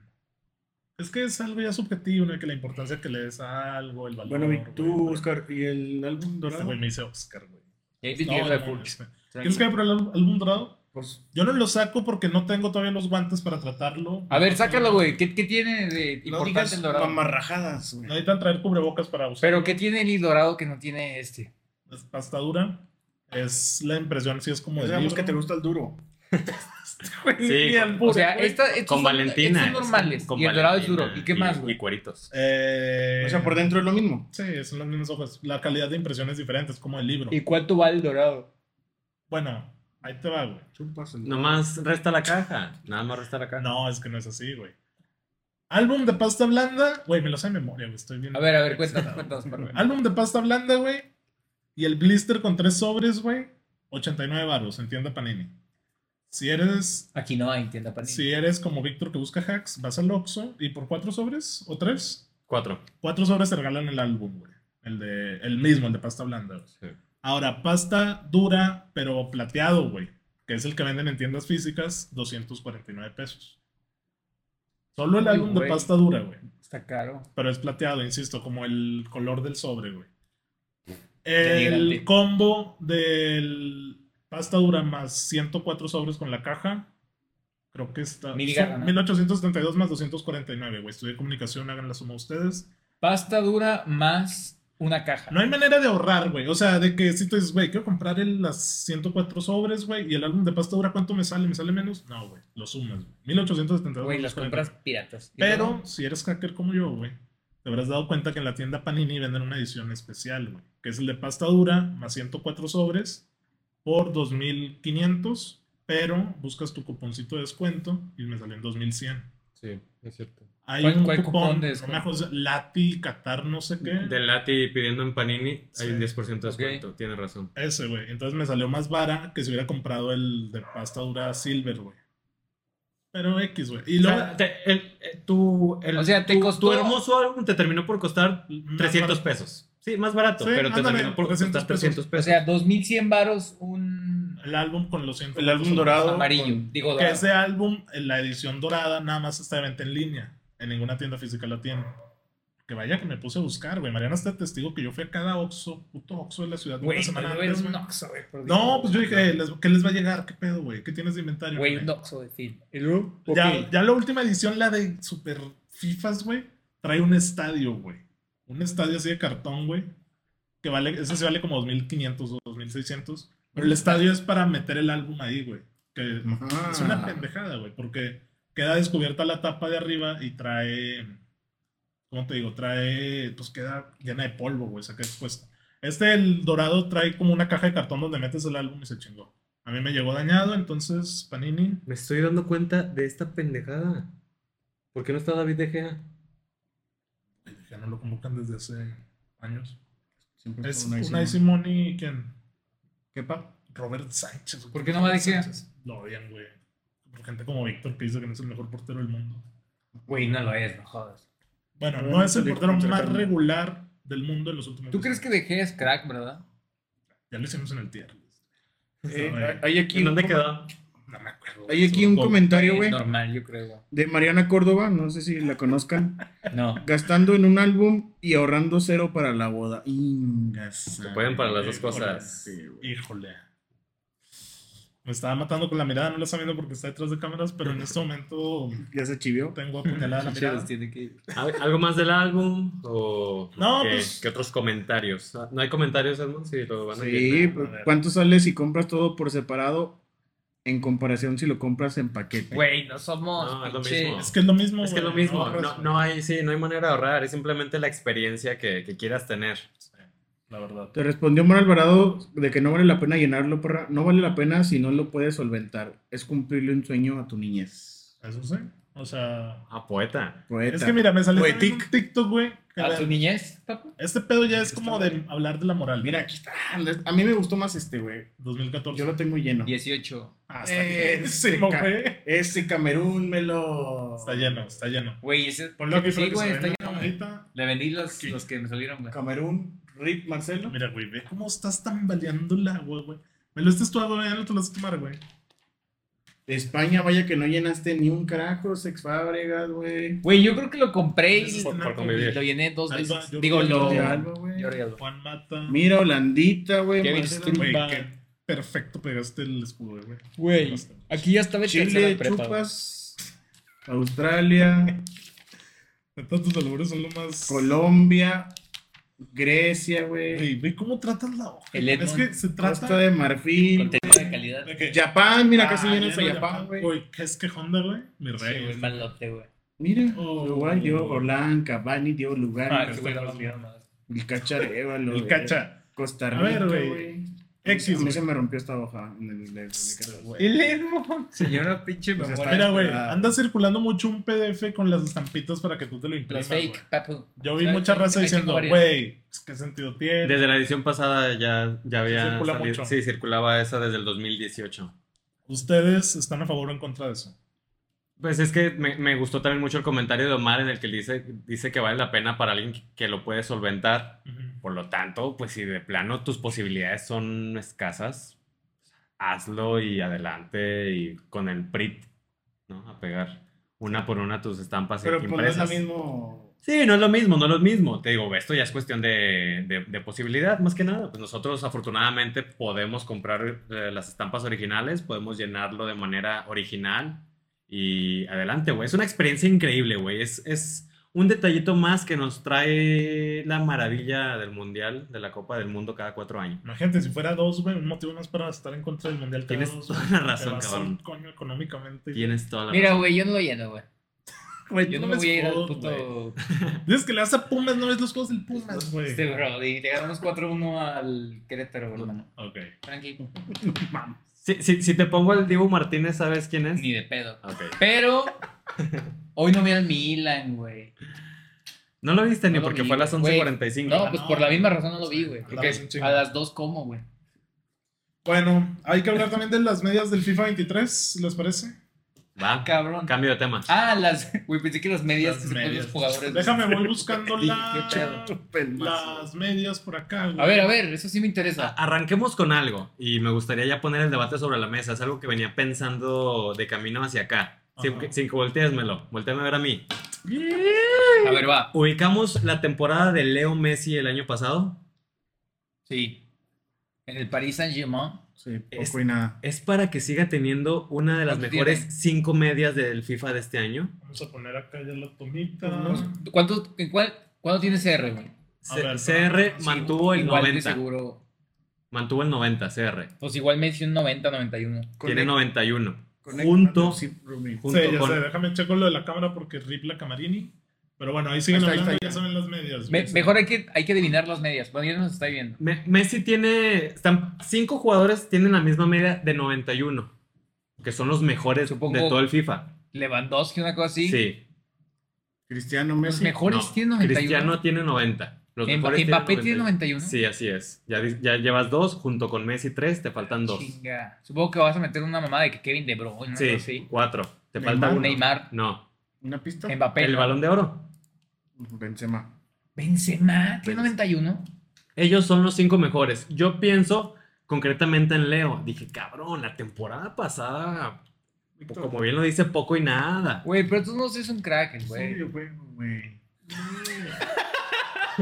A: Es que es algo ya subjetivo, ¿no? Que la importancia que le des a algo, el valor.
B: Bueno, Vic, tú,
A: güey.
B: Oscar, ¿y el álbum
A: Este
B: dorado?
A: güey me dice Oscar, güey.
D: Y ahí
A: No,
D: investigué lo de
A: no,
D: Furch.
A: no, no. ¿Quieres que abra el álbum- álbum dorado?
B: Pues,
A: Yo no lo saco porque no tengo todavía los guantes para tratarlo.
D: A ver, sácalo, güey. ¿Qué, qué tiene de
B: no
D: importante
B: digas
D: el dorado?
B: mamarrajadas, güey.
A: Necesitan traer cubrebocas para usar.
D: Pero ¿qué tiene el dorado que no tiene este?
A: Es pasta dura. Es la impresión, sí es como de
B: Sabemos
A: libro.
B: pues que te gusta el duro.
C: Sí,
A: Ni al
D: O
A: puro,
D: sea,
A: güey.
D: esta, estos
C: Con
D: son-
C: Valentina.
D: estos son normales.
C: Con
D: y el dorado es
C: Valentina
D: duro. ¿Y qué más,
C: Y
D: güey?
C: cueritos.
A: Eh,
B: O sea, por dentro es lo mismo.
A: Sí, son las mismas hojas. La calidad de impresión es diferente, es como el libro.
D: ¿Y cuánto vale el dorado?
A: Bueno, ahí te va, güey.
C: Nomás resta la caja. Nada más resta la caja.
A: No, es que no es así, güey. Álbum de pasta blanda. Güey, me lo sé de memoria, güey. Estoy bien.
D: A ver, a ver, cuéntanos,
A: excitado.
D: cuéntanos, por favor.
A: Álbum de pasta blanda, güey. Y el blister con tres sobres, güey. 89 baros, en tienda Panini. Si eres,
D: Aquí no hay tienda para
A: si eres como Víctor que busca hacks, vas al Oxxo y por cuatro sobres o tres,
C: Cuatro.
A: cuatro sobres te regalan el álbum, güey. El, de, el mismo, el de pasta blanda, güey.
C: Sí.
A: Ahora, pasta dura, pero plateado, güey. Que es el que venden en tiendas físicas, 249 pesos. Solo el
D: Ay,
A: álbum de
D: güey.
A: pasta dura, güey.
D: Está caro.
A: Pero es plateado, insisto, como el color del sobre, güey.
D: Ya díganle.
A: El combo del Pasta dura más 104 sobres con la caja. Creo que está.
D: Mil
A: son
D: ganas.
A: 1872 más 249, güey. Estudié comunicación, hagan la suma ustedes.
D: Pasta dura más una caja.
A: No hay manera de ahorrar, güey. O sea, de que si tú dices, güey, quiero comprar el, las 104 sobres, güey, y el álbum de pasta dura, ¿cuánto me sale? ¿Me sale menos? No, güey. Lo sumas, güey. 1872
D: Güey,
A: más 249.
D: las compras piratas. ¿Y
A: Pero
D: luego?
A: si eres hacker como yo, güey, te habrás dado cuenta que en la tienda Panini venden una edición especial, güey, que es el de pasta dura más 104 sobres por 2500, pero buscas tu cuponcito de descuento y me salió en 2100.
C: Sí, es cierto.
A: Hay
D: ¿Cuál-
A: un
D: cuál
A: cupón,
D: cupón de
A: no me acuerdo, Lati, Qatar, no sé qué.
C: Del Lati pidiendo en Panini hay
A: Sí.
C: un 10% de
D: Ok.
C: descuento, tiene razón.
A: Ese, güey. Entonces me salió más vara que si hubiera comprado el de pasta dura Silver, güey. Pero X, güey. Y
C: O
A: luego.
C: sea, te- el- eh, tu, el-
D: O sea, te
C: tu-
D: costó-
C: tu hermoso álbum te terminó por costar
A: Más
C: 300
A: barato.
C: pesos. Sí, más barato,
A: Sí,
C: pero te
A: ándale,
C: terminó por costar
A: 300
C: 300
D: O
C: pesos.
D: sea, 2100 varos un
A: el álbum con los 100.
B: El álbum dorado.
D: amarillo.
B: con-
D: Digo,
A: Que
D: dorado.
A: ese álbum, en la edición dorada, nada más está de venta en línea. En ninguna tienda física la tiene. Que vaya que me puse a buscar, güey. Mariana está testigo que yo fui a cada Oxxo, puto Oxxo de la ciudad
D: Güey,
A: una semana
D: no,
A: antes,
D: un
A: güey.
D: Oxxo, güey, por
A: No,
D: Dios.
A: pues yo dije, eh, les- ¿qué les va a llegar? ¿Qué pedo, güey? ¿Qué tienes de inventario?
D: Güey,
A: güey?
D: un Oxxo de film.
B: ¿Y luego?
A: Ya,
B: Ok.
A: ya la última edición, la de Super FIFAs, güey, trae un estadio, güey. Un estadio así de cartón, güey. Que vale, ese sí vale como 2.500 o 2.600. Pero el estadio es para meter el álbum ahí, güey. Que
B: Ajá.
A: es una pendejada, güey, porque queda descubierta la tapa de arriba y trae. ¿Cómo te digo? Trae. Pues queda llena de polvo, güey, saca expuesta. Este, el dorado, trae como una caja de cartón donde metes el álbum y se chingó. A mí me llegó dañado, entonces, Panini.
C: Me estoy dando cuenta de esta pendejada. ¿Por qué no está David De Gea?
A: Ya no lo convocan desde hace años.
B: Siempre
D: Pues
A: Es
B: fue una
A: Unai
B: edición.
A: Simón y quién?
B: ¿Qué pa?
A: Robert Sánchez. güey.
D: ¿Por qué no va de Gea?
A: Sánchez. Lo odian, güey. Por gente como Víctor que dice que no es el mejor portero del mundo.
D: Güey, no lo es, no jodas.
A: Bueno, no
B: Bueno,
A: es el
B: salió
A: portero
B: contra
A: más
B: Canadá.
A: regular del mundo en los últimos
D: ¿Tú
A: años.
D: crees que dejé es crack, verdad?
A: Ya lo hicimos en el tier. list.
B: Eh,
A: No, eh,
B: hay aquí,
C: ¿En dónde quedó?
A: no me acuerdo.
B: hay aquí un
A: Supongo.
B: comentario,
D: Eh,
B: güey,
D: Normal, yo creo, güey.
B: de Mariana Córdoba, no sé si la conozcan.
D: No.
B: Gastando en un álbum y ahorrando cero para la boda. Ingas.
C: Se pueden para las dos
A: Híjole,
C: cosas.
B: Sí, güey.
A: Híjole. Me estaba matando con la mirada, no lo está viendo porque está detrás de cámaras, pero en este momento
B: Ya se chivió.
A: tengo apuñalada
B: Ah,
A: la mirada.
D: Tiene que ir.
C: ¿Al- ¿Algo más del álbum? ¿O
A: No,
C: qué,
A: pues-
C: qué otros comentarios? Ah, ¿No hay comentarios, Edmond? Si lo van a
B: Sí, pues,
A: a ver.
B: ¿cuánto sale si compras todo por separado en comparación si lo compras en paquete?
D: Güey, no somos.
C: No, es lo
D: pinche-
C: mismo.
A: Es que es lo mismo.
C: Es que es lo
A: güey,
C: mismo.
A: ahorras,
C: No,
A: güey.
C: no hay, sí, no hay manera de ahorrar. Es simplemente la experiencia que, que quieras tener.
A: La verdad.
B: Te respondió Omar Alvarado de que no vale la pena llenarlo, porra. No vale la pena si no lo puedes solventar. Es cumplirle un sueño a tu niñez.
A: Eso sí. O sea.
C: Ah, poeta.
B: Poeta.
A: Es que mira, me sale
B: Güey, Ah,
A: también un TikTok, güey. que
D: ¿A
A: ver,
D: tu niñez, papá?
A: Este pedo ya es como de hablar de la moral.
B: Mira, aquí está. A mí me gustó más este, güey.
A: 2014.
B: Yo lo tengo lleno.
D: 18.
A: Hasta
B: Eh,
A: llenísimo,
B: seca.
A: güey.
B: Ese Este Camerún me lo.
A: Está lleno, está lleno.
D: Güey, ese.
A: Ponlo aquí para
D: sí,
A: que se
D: güey,
A: vea
D: está
A: en la
D: lleno. güey.
A: camarita.
D: Le vendí los,
A: Aquí.
D: los que me salieron, güey.
B: Camerún, Rip Marcelo.
A: Mira, güey, ve cómo estás tambaleando el agua, güey. Me lo estés tú, güey, ya no te lo vas a tomar, güey.
B: De España, vaya que no llenaste ni un carajo, Sex Fábregas, güey.
D: Güey, yo creo que lo compré
A: Ese
D: y
A: es
D: lo,
A: un
C: por
A: naco,
C: convivir.
A: güey.
D: y lo llené dos
A: Alba,
D: veces.
A: yo
D: Digo,
A: creo que
D: lo.
B: De
A: Jordi
B: Alba, güey.
D: Jordi Alba.
A: Juan Mata.
B: Mira, Holandita, güey.
D: Kevin
B: Marcelo.
D: Stroop.
A: Güey,
D: Va.
A: qué perfecto pegaste el escudo, güey.
D: Güey, aquí ya estaba en tercera
B: Chile,
D: prepa, güey.
B: Chupas. Australia,
A: Neta, tus albures son lo más.
B: Colombia, Grecia, güey.
A: Güey, ve cómo tratas la hoja.
D: El
A: es
D: Edmond.
A: que se
B: Costa
A: trata
B: de Marfil.
D: Contenido de calidad.
A: de que.
B: Japón, mira,
A: Ah,
B: casi llenas a
A: lleno de
B: Japón, güey.
A: Güey, ¿qué es que Honda, güey? Mi
D: Sí, güey,
A: rey.
D: malote, güey.
B: Mira,
A: Oh.
B: Uruguay dio Orlán, Cavani dio lugar.
D: Ah,
A: que
D: qué güey,
A: está
D: la
A: más bien.
D: mamada.
B: El Cachareva, lo
A: el
B: de
A: cacha.
B: Costa
A: A ver,
B: Rica,
A: güey.
B: güey.
A: X,
B: A mí
A: güey.
B: se me rompió esta hoja. en el- en el-
E: Este,
A: güey.
D: El Edmond. Señora pinche
B: Pues
D: memoria.
B: está-
A: Mira, güey,
B: Ah.
A: anda circulando mucho un PDF con las estampitas para que tú te lo
D: Los
A: imprimas. güey.
D: fake, papu.
A: Yo vi
D: Ahí-
A: mucha raza
D: ahí
A: diciendo,
D: tengo varias.
A: güey, ¿qué sentido tiene?
C: Desde la edición pasada ya, ya había
A: Circula
C: salido-
A: mucho.
C: Sí, circulaba esa desde el 2018.
A: ¿Ustedes están a favor o en contra de eso?
C: Pues es que me, me gustó también mucho el comentario de Omar en el que dice, dice que vale la pena para alguien que, que lo puede solventar. Por lo tanto, pues si de plano tus posibilidades son escasas, hazlo y adelante y con el PRIT, ¿no? A pegar una por una tus estampas
B: Pero pues no es la
C: impresas.
B: mismo
C: Sí, no es lo mismo, no es lo mismo. Te digo, esto ya es cuestión de, de- de posibilidad, más que nada. Pues nosotros afortunadamente podemos comprar eh, las estampas originales, podemos llenarlo de manera original y adelante, güey. Es una experiencia increíble, güey. Es, es un detallito más que nos trae la maravilla del Mundial, de la Copa del Mundo cada cuatro años.
A: Imagínate, si fuera dos, güey, un motivo más para estar en contra del mundial. cada
C: Tienes
A: dos,
C: toda
A: güey.
C: la
A: Te
C: razón,
A: vas al
C: cabrón.
A: coño económicamente.
C: Tienes toda la
D: Mira,
C: razón.
D: güey, yo no lo lleno, güey.
A: Güey,
D: Yo
A: tú
D: no me
A: ves
D: voy a ir al
A: todos, güey.
D: puto.
A: Dices que le das a Pumas, no ves los juegos del Pumas, güey.
D: Este, bro. Y le ganamos 4-1 al Querétaro, hermano.
A: Ok.
D: Tranquilo.
C: Si, si- si te pongo el Dibu Martínez, ¿sabes quién es?
D: Ni de pedo.
C: Ah, ok.
D: Pero. Hoy no vi al Milan, güey.
C: No lo viste ni
D: No lo
C: porque
D: vi,
C: fue a las
D: güey.
C: 11.45.
D: No, pues por la misma razón no lo vi, güey.
A: Andabas
D: Porque
A: un chingo.
D: a las dos como, güey.
A: Bueno, hay que hablar también de las medias del FIFA 23, ¿les parece?
C: Va,
D: Cabrón.
C: cambio de tema.
D: Ah, las. Güey, pensé que las
A: Las
D: medias que se ponen
A: medias.
D: los jugadores. güey.
A: Déjame, voy buscando la-
D: Qué pedo.
A: las medias por acá, güey.
D: A ver, a ver, eso sí me interesa.
C: A- Arranquemos con algo y me gustaría ya poner el debate sobre la mesa. Es algo que venía pensando de camino hacia acá. Sin
A: Ajá.
C: que, sin que volteésmelo, volteame a ver a mí.
D: A ver, va.
C: Ubicamos la temporada de Leo Messi el año pasado.
D: Sí. En el Paris Saint-Germain.
E: Sí, poco
C: Es-
E: y nada.
C: Es para que siga teniendo una de las
D: ¿Cuántos
C: mejores
D: tiene?
C: cinco medias del FIFA de este año.
A: Vamos a poner acá ya la tomita.
D: ¿Cuánto, en cuál, ¿Cuándo tiene CR, güey?
A: A
C: C-
A: ver,
C: CR
A: sí,
C: mantuvo el
D: Igual de
C: 90.
D: seguro.
C: Mantuvo el 90, CR.
D: Pues igual Messi un 90, 91.
C: Tiene 91.
E: Conecta-
C: Junto,
E: Sí, Rubin.
C: junto
A: sí, ya
C: con
A: sé, déjame checo lo de la cámara porque rip la camarini. Pero bueno, ahí siguen
E: Ahí está, ahí está,
A: hablando, ya saben las medias.
D: Me-
A: güey.
D: mejor hay que, hay que adivinar las medias. Bueno, ya nos está viendo.
C: Me- Messi tiene. Están, cinco jugadores tienen la misma media de 91. Que son los mejores
D: Supongo-
C: de todo el FIFA.
D: Lewandowski, una cosa así.
C: Sí.
E: Cristiano
D: Los
E: Messi.
D: mejores
C: No,
D: tienen 91.
C: Cristiano tiene 90. Los
D: Mba-
C: mejores
D: Mbappé tiene 91.
C: Sí, así es. Ya, di- ya llevas dos, junto con Messi tres, te faltan dos.
D: Chinga. Supongo que vas a meter una mamada de que Kevin De Bruyne, ¿no?
C: Sí,
D: sí.
C: cuatro. Te
E: Neymar,
C: falta uno.
D: Neymar,
C: No.
E: ¿Una pista?
D: Mbappé.
C: El
D: ¿no?
C: balón de oro.
E: Benzema.
D: Benzema, tiene 91.
C: Ellos son los cinco mejores. Yo pienso concretamente en Leo. Dije, cabrón, la temporada pasada, como bien lo dice, poco y nada.
D: Güey, pero tú no es un crack, el
E: Sí,
D: güey.
E: güey, güey.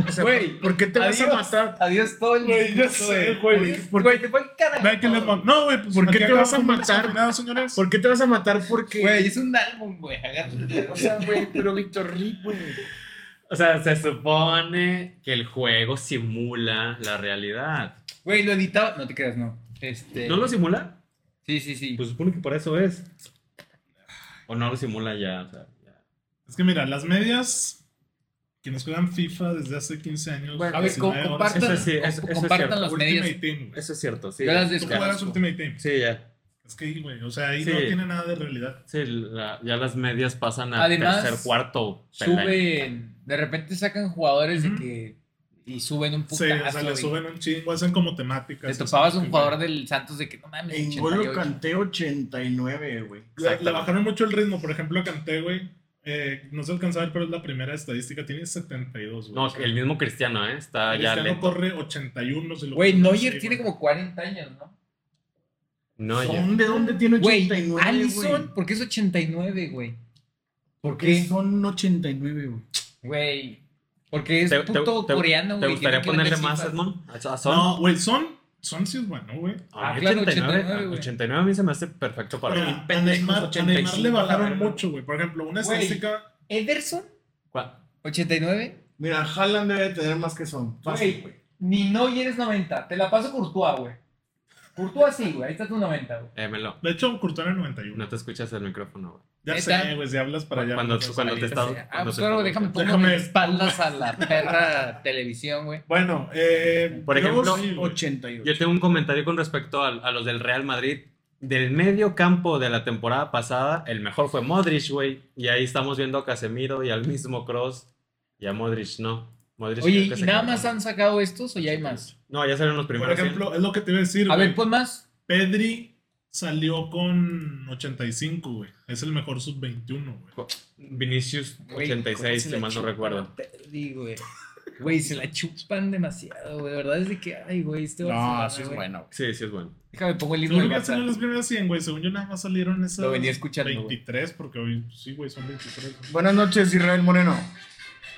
E: O sea,
D: Güey,
E: ¿por qué te vas a
D: adiós.
E: matar?
D: Adiós todo el
A: Güey, ya sé, güey.
D: Por- Güey, te fue el
A: Ve que les
D: carajo.
A: man- No, güey, pues,
E: ¿Por qué
A: aquí
E: te vas
A: acabamos
E: a
A: con las
E: matar?
A: combinadas, señores.
E: ¿Por qué te vas a matar? Porque.
D: Güey, es un álbum, güey. agárrate.
E: O sea, güey, pero Víctor Rick, güey.
C: O sea, se supone que el juego simula la realidad.
D: Güey, lo editaba. No te creas, no. Este.
C: ¿No lo simula?
D: Sí, sí, sí.
C: Pues supone que por eso es. O no lo simula ya. O sea, ya.
A: Es que mira, las medias. Quienes juegan FIFA desde hace 15 años.
D: a ver, co-
A: 19 horas,
D: compartan,
C: Eso sí, eso-
D: co-
C: eso es
D: compartan
C: cierto.
D: las
A: Ultimate
D: medias.
A: Team, güey.
C: Eso es cierto, sí.
D: Yo las
A: Tú
D: descargo.
A: jugarás Ultimate Team.
C: Sí, ya.
A: Es que, güey, o sea, ahí
C: Sí.
A: no tiene nada de realidad.
C: Sí, la- ya las medias pasan a
D: Además,
C: tercer, cuarto. peldaño.
D: Suben. De repente sacan jugadores de
A: Ujú.
D: que. Y suben un
A: Sí, o sea,
D: putazo.
A: le
D: y
A: suben un chingo, hacen como
D: Te
A: temáticas.
D: topabas
A: así,
D: un jugador del Santos de que no mames.
E: En
D: 88.
E: Golo Canté 89, güey.
A: Le, le bajaron mucho el ritmo, por ejemplo, a Kanté, güey. eh, no se alcanza a ver, pero es la primera estadística. Tiene 72, güey.
C: No,
A: O sea,
C: el mismo Cristiano, ¿eh? Está ya
A: Cristiano
C: lento.
A: corre 81. si lo
D: Güey,
A: pones
D: Neuer
A: así,
D: tiene
A: güey.
D: como 40 años, ¿no?
C: No, ya.
E: ¿Dónde, dónde tiene
D: Güey,
E: 89, güey?
D: Allison, ¿por qué es 89, güey?
E: ¿Por
D: qué?
E: qué son 89, güey?
D: Güey. Porque es
C: Te- te-
D: puto
C: te-
D: coreano,
C: ¿Te
D: güey.
C: gustaría
D: tiene que vender
C: ponerle más,
D: cifras.
C: Edmond? ¿A- a Son?
A: No, güey, Son. Son sí es bueno, güey.
C: A mí
D: Ah, claro,
C: 89,
D: 89, güey.
C: 89 a mí se me hace perfecto para
A: Pero
C: mí.
A: a Neymar, a Neymar
E: 85,
A: le
E: la
A: bajaron
E: verdad.
A: mucho, güey. Por ejemplo, una
D: Güey.
A: estadística.
D: Ederson,
C: ¿Cuál?
D: 89.
E: Mira, Haaland debe tener más que son. Fácil, güey.
D: Ni Neuer es 90. Te la paso Courtois, güey. Courtois sí, güey. Ahí está tu 90, güey.
C: Eh, Melo,
A: De hecho, Courtois era 91.
C: no te escuchas el micrófono, güey.
A: Ya
D: ¿Neta?
A: sé, güey, si hablas para allá.
C: Cuando,
A: no te vas a
C: cuando
A: ir.
C: te estás...
D: Ah,
C: cuando
D: pues
C: te
D: claro,
C: estás-
D: déjame poner
A: Déjame-
D: espaldas a la perra televisión, güey.
A: Bueno, eh,
C: Por
A: luego
C: ejemplo,
A: sí, güey.
E: 88.
C: Yo tengo un comentario con respecto al- a, los del Real Madrid. Del medio campo de la temporada pasada, el mejor fue Modric, güey. Y ahí estamos viendo a Casemiro y al mismo Cross. Y a Modric, no. Modric creo
D: Oye,
C: que
D: ¿y
C: se
D: nada
C: quedó
D: más
C: con-
D: han sacado estos o ya hay más?
C: No, ya salieron los
A: Por
C: primeros.
A: ejemplo, es lo que te iba a decir,
D: A
A: güey.
D: ver, pues- pon más.
A: Pedri salió con 85, güey. Es el mejor sub-21, güey.
C: cien. Vinicius,
D: Güey,
C: 86,
D: se
C: si
D: la
C: mal no
D: chupan
C: recuerdo.
D: a Pedri, güey. Güey, se la chupan demasiado, güey. De verdad es de que, ay, güey, este Barcelona, güey.
E: bueno.
C: Sí, sí es bueno.
D: Déjame pongo el himno
A: Según
D: del
A: que salieron
D: Barça.
A: las primeras 100, güey. Según yo, nada más salieron esas.
D: Lo venía escuchando, güey.
A: 23, porque hoy sí, güey, son 23. güey.
E: Buenas noches, Israel Moreno.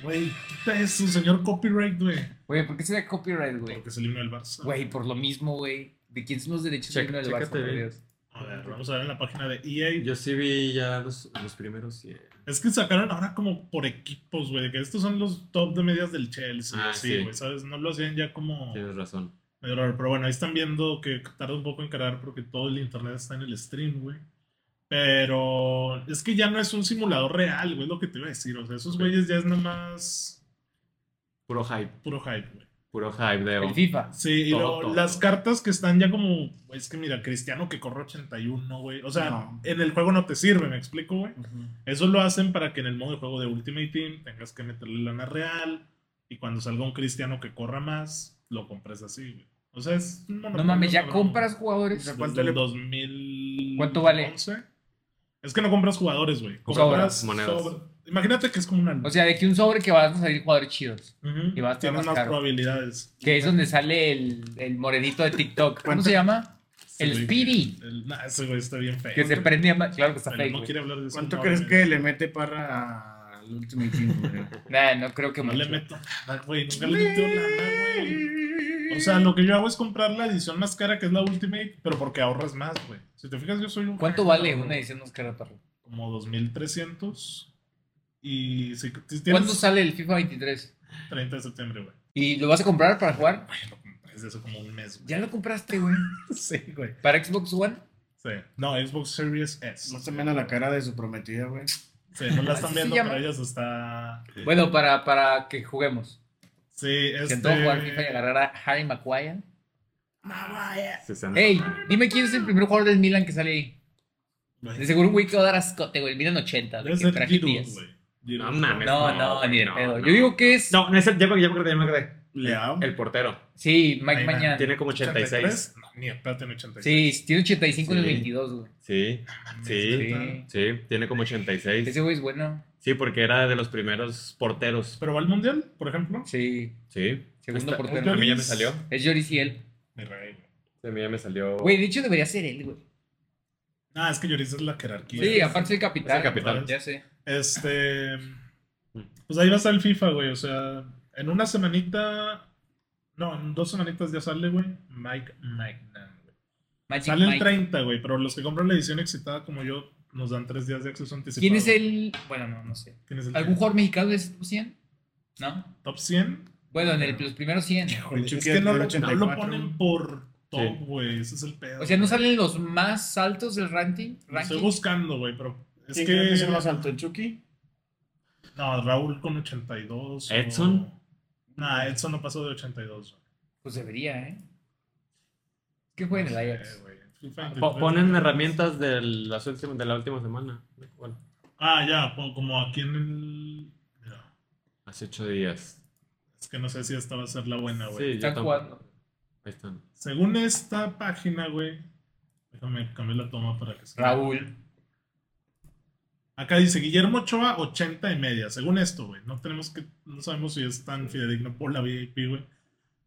A: Güey, quita eso, señor copyright, güey.
D: Güey, ¿por qué se da copyright, güey?
A: Porque es el himno del Barça.
D: Güey, por lo mismo, güey. ¿De quién son los derechos
C: Checa-
D: del himno del
C: chécate
D: Barça, por
C: bien.
D: Dios?
A: A ver, vamos a ver en la página de EA.
C: Yo sí vi ya los, los primeros. y- eh,
A: Es que sacaron ahora como por equipos, güey. Que estos son los top de medias del Chelsea.
C: Ah,
A: así,
C: sí.
A: güey, ¿sabes? No lo hacían ya como.
C: Tienes razón.
A: medio raro. Pero bueno, ahí están viendo que tarda un poco en cargar porque todo el internet está en el stream, güey. Pero es que ya no es un simulador real, güey, es lo que te iba a decir. O sea, esos
C: Ok.
A: güeyes ya es nomás
C: Puro hype.
A: puro hype, güey.
C: Puro hype de.
D: El FIFA.
A: Sí, y
C: Todo,
A: luego
C: todo.
A: las cartas que están ya como, güey, es que mira, Cristiano que corre 81, güey. O sea,
B: No.
A: en el juego no te sirve, me explico, güey. Eso lo hacen para que en el modo de juego de Ultimate Team tengas que meterle lana real y cuando salga un Cristiano que corra más, lo compras así, güey. O sea, es un
D: No
A: monopolio,
D: mames, ya
A: cabrón.
D: compras
A: O
D: jugadores.
A: sea,
B: ¿Cuánto
A: desde el
B: le-
A: 2000
D: ¿Cuánto vale?
A: Es que no compras jugadores, güey.
D: Compras
A: Compras
C: monedas.
A: sobre- Imagínate que es como una.
D: O sea, de que un sobre que van a salir jugadores chidos.
A: Ujú.
D: y va a estar
A: Tienes
D: más
A: más
D: caro.
A: probabilidades.
D: Que es donde sale el, el morenito de TikTok. ¿Cómo se llama? El
A: Sí, güey.
D: Speedy.
A: El- nah, ese güey está bien feo.
D: Que se prende a... ma- Claro que está
A: Pero
D: fake,
A: no
D: güey.
A: quiere hablar de eso.
B: ¿Cuánto
A: no,
B: crees
A: güey.
B: que le mete parra al Ultimate Team, güey?
D: Nah, no creo que
A: No le
D: mucho.
A: meto nada, Ah, güey. Nunca le metió nada, güey. O sea, lo que yo hago es comprar la edición más cara, que es la Ultimate, pero porque ahorras más, güey. Si te fijas, yo soy un.
D: ¿Cuánto
A: hacker,
D: vale
A: cabrón.
D: una edición Oscar Parro?
A: Como 2300. Y si, si
D: ¿Cuándo
A: tienes.
D: sale el FIFA 23?
A: 30 de septiembre, güey.
D: ¿Y lo vas a comprar para jugar?
A: Ay, lo compré desde hace como un mes, güey.
D: Ya lo compraste, güey.
A: Sí, güey.
D: ¿Para Xbox One?
A: Sí. No, Xbox Series S.
B: No se me da la cara de su prometida, güey.
A: Sí, no la están
D: Así se
A: viendo,
D: llama.
A: pero ellas está.
D: Bueno, para, para que juguemos.
A: Sí,
D: Que
A: este.
D: todo jugar FIFA y agarrar a Harry Maguire.
C: Sí, se han-
D: Ey, dime quién es el primer jugador del Milan que sale ahí.
A: Güey,
D: De seguro un güey que va a dar ascote, güey. El Milan 80.
A: Debe
D: güey,
A: ser
D: que traje
A: Giroud,
D: 10.
A: güey.
C: No
A: Giroud.
C: mames.
D: No, no, ni de
C: no,
D: pedo.
C: no.
D: Yo digo que es.
C: No, no es el. Ya me ya me acordé, ya me acordé.
B: Leao.
C: El portero.
D: Sí, Mike
A: Ahí va.
D: Mañana.
C: Tiene como 86.
A: 83. No, ni espérate, en 86.
D: Sí, tiene 85 en el
C: Sí.
D: 22, güey.
C: Sí, sí,
D: Sí.
C: sí. Tiene como 86.
D: Ese güey es bueno.
C: Sí, porque era de los primeros porteros.
A: Pero va al mundial, por ejemplo.
D: Sí,
C: Sí.
D: segundo
C: Está-
D: portero.
C: A mí ya me salió.
D: Es Joris y él.
A: Mi rey, güey.
C: A mí ya me salió.
D: Güey, de hecho debería ser él, güey.
A: Ah, es que Lloris es la jerarquía.
D: Sí, aparte el capitán.
C: Es el capitán.
D: Ya sé.
A: Este. Pues ahí va a estar el FIFA, güey. O sea, en una semanita. No, en dos semanitas ya sale, güey. Mike Magnan, güey.
D: Magic
A: Sale el
D: Mike.
A: 30, güey. Pero los que compran la edición excitada, como yo, nos dan tres días de acceso anticipado.
D: ¿Quién es el...? Bueno, no, no sé.
A: ¿Quién es el
D: ¿Algún jugador mexicano es top 100? ¿No?
A: top 100?
D: Bueno, en el, los primeros 100.
B: El
A: Es
B: Chucky
A: que no,
B: del
A: lo- no
B: 84,
A: lo ponen por top,
C: Sí.
A: güey. Ese es el pedo.
D: O sea, ¿no
A: güey.
D: salen los más altos del ranking?
A: Lo Estoy
D: ranking?
A: buscando, güey, pero. Es
B: ¿Quién crees que es el más
A: que.
B: alto, el Chucky?
A: No, Raúl con 82. o-
C: ¿Edson?
A: Nah, Edson no pasó de 82. güey.
D: Pues debería, ¿eh? ¿Qué juega en el
A: No sé,
D: Ajax?
A: güey. FIFA
C: Po-
A: 23,
C: Ponen
A: güey.
C: herramientas de, las últimas, de la última semana. Bueno,
A: Ah, ya, po- como aquí en el. Mira,
C: hace ocho días.
A: es que no sé si esta va a ser la buena, güey.
C: Sí, yo
D: Están
C: tampoco.
D: jugando.
C: Ahí están.
A: Según esta página, güey. Déjame cambiar la toma para que se.
D: Raúl.
A: Acá dice Guillermo Ochoa, 80 y media. Según esto, güey. No tenemos que. No sabemos si es tan fidedigno por la VIP, güey.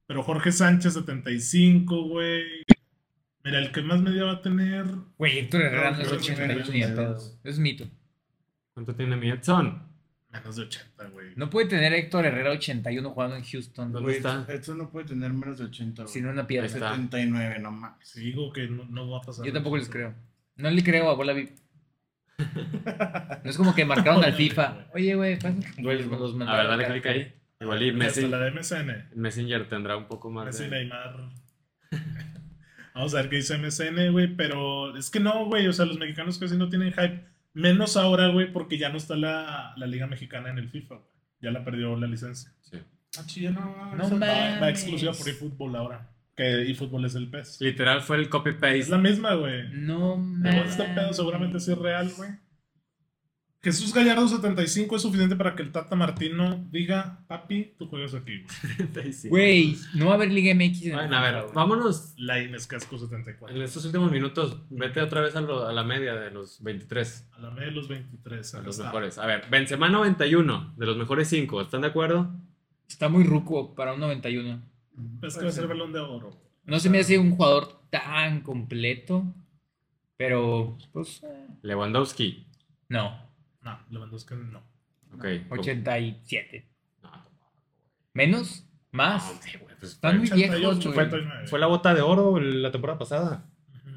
A: Pero Jorge Sánchez, 75, güey. Mira, el que más media va a tener.
D: Güey, Héctor Herrera no es
A: creo que
D: 81 ni de pedo. güey. Es mito.
C: ¿Cuánto tiene mi Edson?
A: Menos de 80, güey.
D: No puede tener Héctor Herrera 81 jugando en Houston.
C: ¿Dónde
B: Güey,
C: está?
B: Esto no puede tener menos de 80, güey.
D: Sin una
C: Ahí
D: piedra.
C: está.
B: 79, no mames.
A: Si digo que no, no va a pasar.
D: Yo tampoco les creo. No le creo a Bola Vip. No es como que marcaron al FIFA. Oye, güey, pasa.
C: Güey,
D: Los
C: A ver,
D: mandaron
C: dale
D: acá.
C: clic ahí. Igual y
A: Messi.
C: Messi,
A: la de MSN.
C: Messenger tendrá un poco más
A: Messi
C: de...
A: Neymar. Vamos a ver qué dice MSN, güey. Pero es que no, güey. O sea, los mexicanos casi no tienen hype. Menos ahora, güey, porque ya no está la, la Liga Mexicana en el FIFA, güey. Ya la perdió la licencia.
C: Sí.
B: Ah, chido, no.
D: No
B: eso-
A: Va, va
D: Mames.
A: exclusiva por eFootball ahora. Que eFootball es el PES.
C: Literal fue el
A: Es
C: copy-paste.
A: la misma, güey.
D: No
A: Igual
D: mames.
A: Este pedo seguramente sí es real, güey. Jesús Gallardo 75 es suficiente para que el Tata Martino diga, papi, tú juegas aquí, güey.
D: Güey, no va a haber Liga MX. en el
C: Bueno, a
D: FIFA,
C: ver,
D: güey.
C: vámonos.
A: Lainez Casco
C: En
A: 74.
C: estos últimos minutos, vete otra vez a, lo- a la media de los 23.
A: A la media de los 23.
C: A
A: acá
C: los
A: está.
C: mejores. A ver, Benzema 91, de los mejores 5. ¿Están de acuerdo?
D: Está muy ruco para un 91.
A: Es Pues que va a ser balón de oro. güey.
D: No se me hace un jugador tan completo, pero pues eh,
C: Lewandowski.
D: no,
A: Ah, No, Lewandowski no.
C: Ok.
D: 87. ¿Menos? ¿Más?
C: Sí, güey, pues,
D: Ah, Están muy viejos,
A: 88, fue
D: güey.
A: 89.
C: Fue la bota de oro la temporada pasada.
A: Ujú.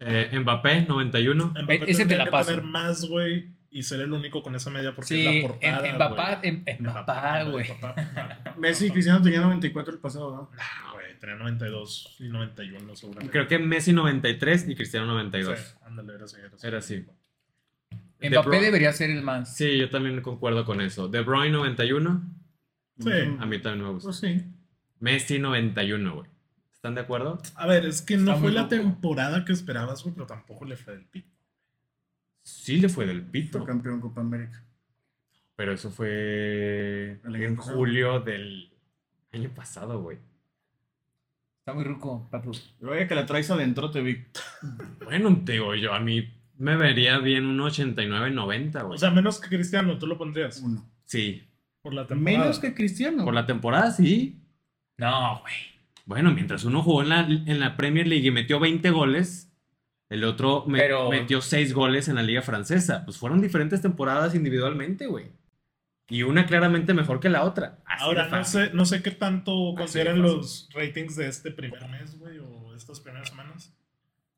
C: Eh, Mbappé, 91.
A: Mbappé
D: Ese
A: tendría
D: te la
A: que
D: paso.
A: poner más, güey, y ser el único con esa media porque
D: Sí,
A: es la portada,
D: en, en papá, en, en
A: güey.
D: papá, güey.
A: En papá.
B: Messi y Cristiano tenían 94 el pasado, ¿no?
A: Ah, güey, tenía 92 y 91 seguramente.
C: Creo que Messi 93 y Cristiano 92.
A: Sí, ándale, era así, era así.
C: Era así. De
D: Mbappé
C: Bruyne.
D: debería ser el más.
C: Sí, yo también concuerdo con eso. De Bruyne 91,
A: Sí.
C: a mí también me gusta.
B: Pues sí.
C: Messi 91, güey. ¿Están de acuerdo?
A: A ver, es que no
D: Está
A: fue
D: muy
A: la
D: loco.
A: temporada que esperabas, güey, pero tampoco le fue del pico.
C: Sí le fue del
B: Fue
C: pito,
B: campeón Copa América.
C: pero eso fue
B: El año
C: en
B: pasado.
C: julio del año pasado, güey.
D: Está muy ruco, papu.
E: Oye, que la traes adentro, te vi.
C: Bueno, te digo yo, a mí me vería bien un 89-90, güey.
A: O sea, menos que Cristiano, tú lo pondrías
B: Uno.
C: sí,
A: por la temporada.
E: Menos que Cristiano.
C: por la temporada sí.
D: No, güey.
C: Bueno, mientras uno jugó en la, en la Premier League y metió 20 goles, el otro me-
D: Pero-
C: metió 6 goles en la Liga Francesa. Pues fueron diferentes temporadas individualmente, güey. Y una claramente mejor que la otra. Así
A: Ah, Ahora,
C: de
A: no
C: fácil.
A: sé, no sé qué tanto
C: de
A: consideran
C: fácil.
A: los ratings de este primer mes, güey, o estas primeras semanas.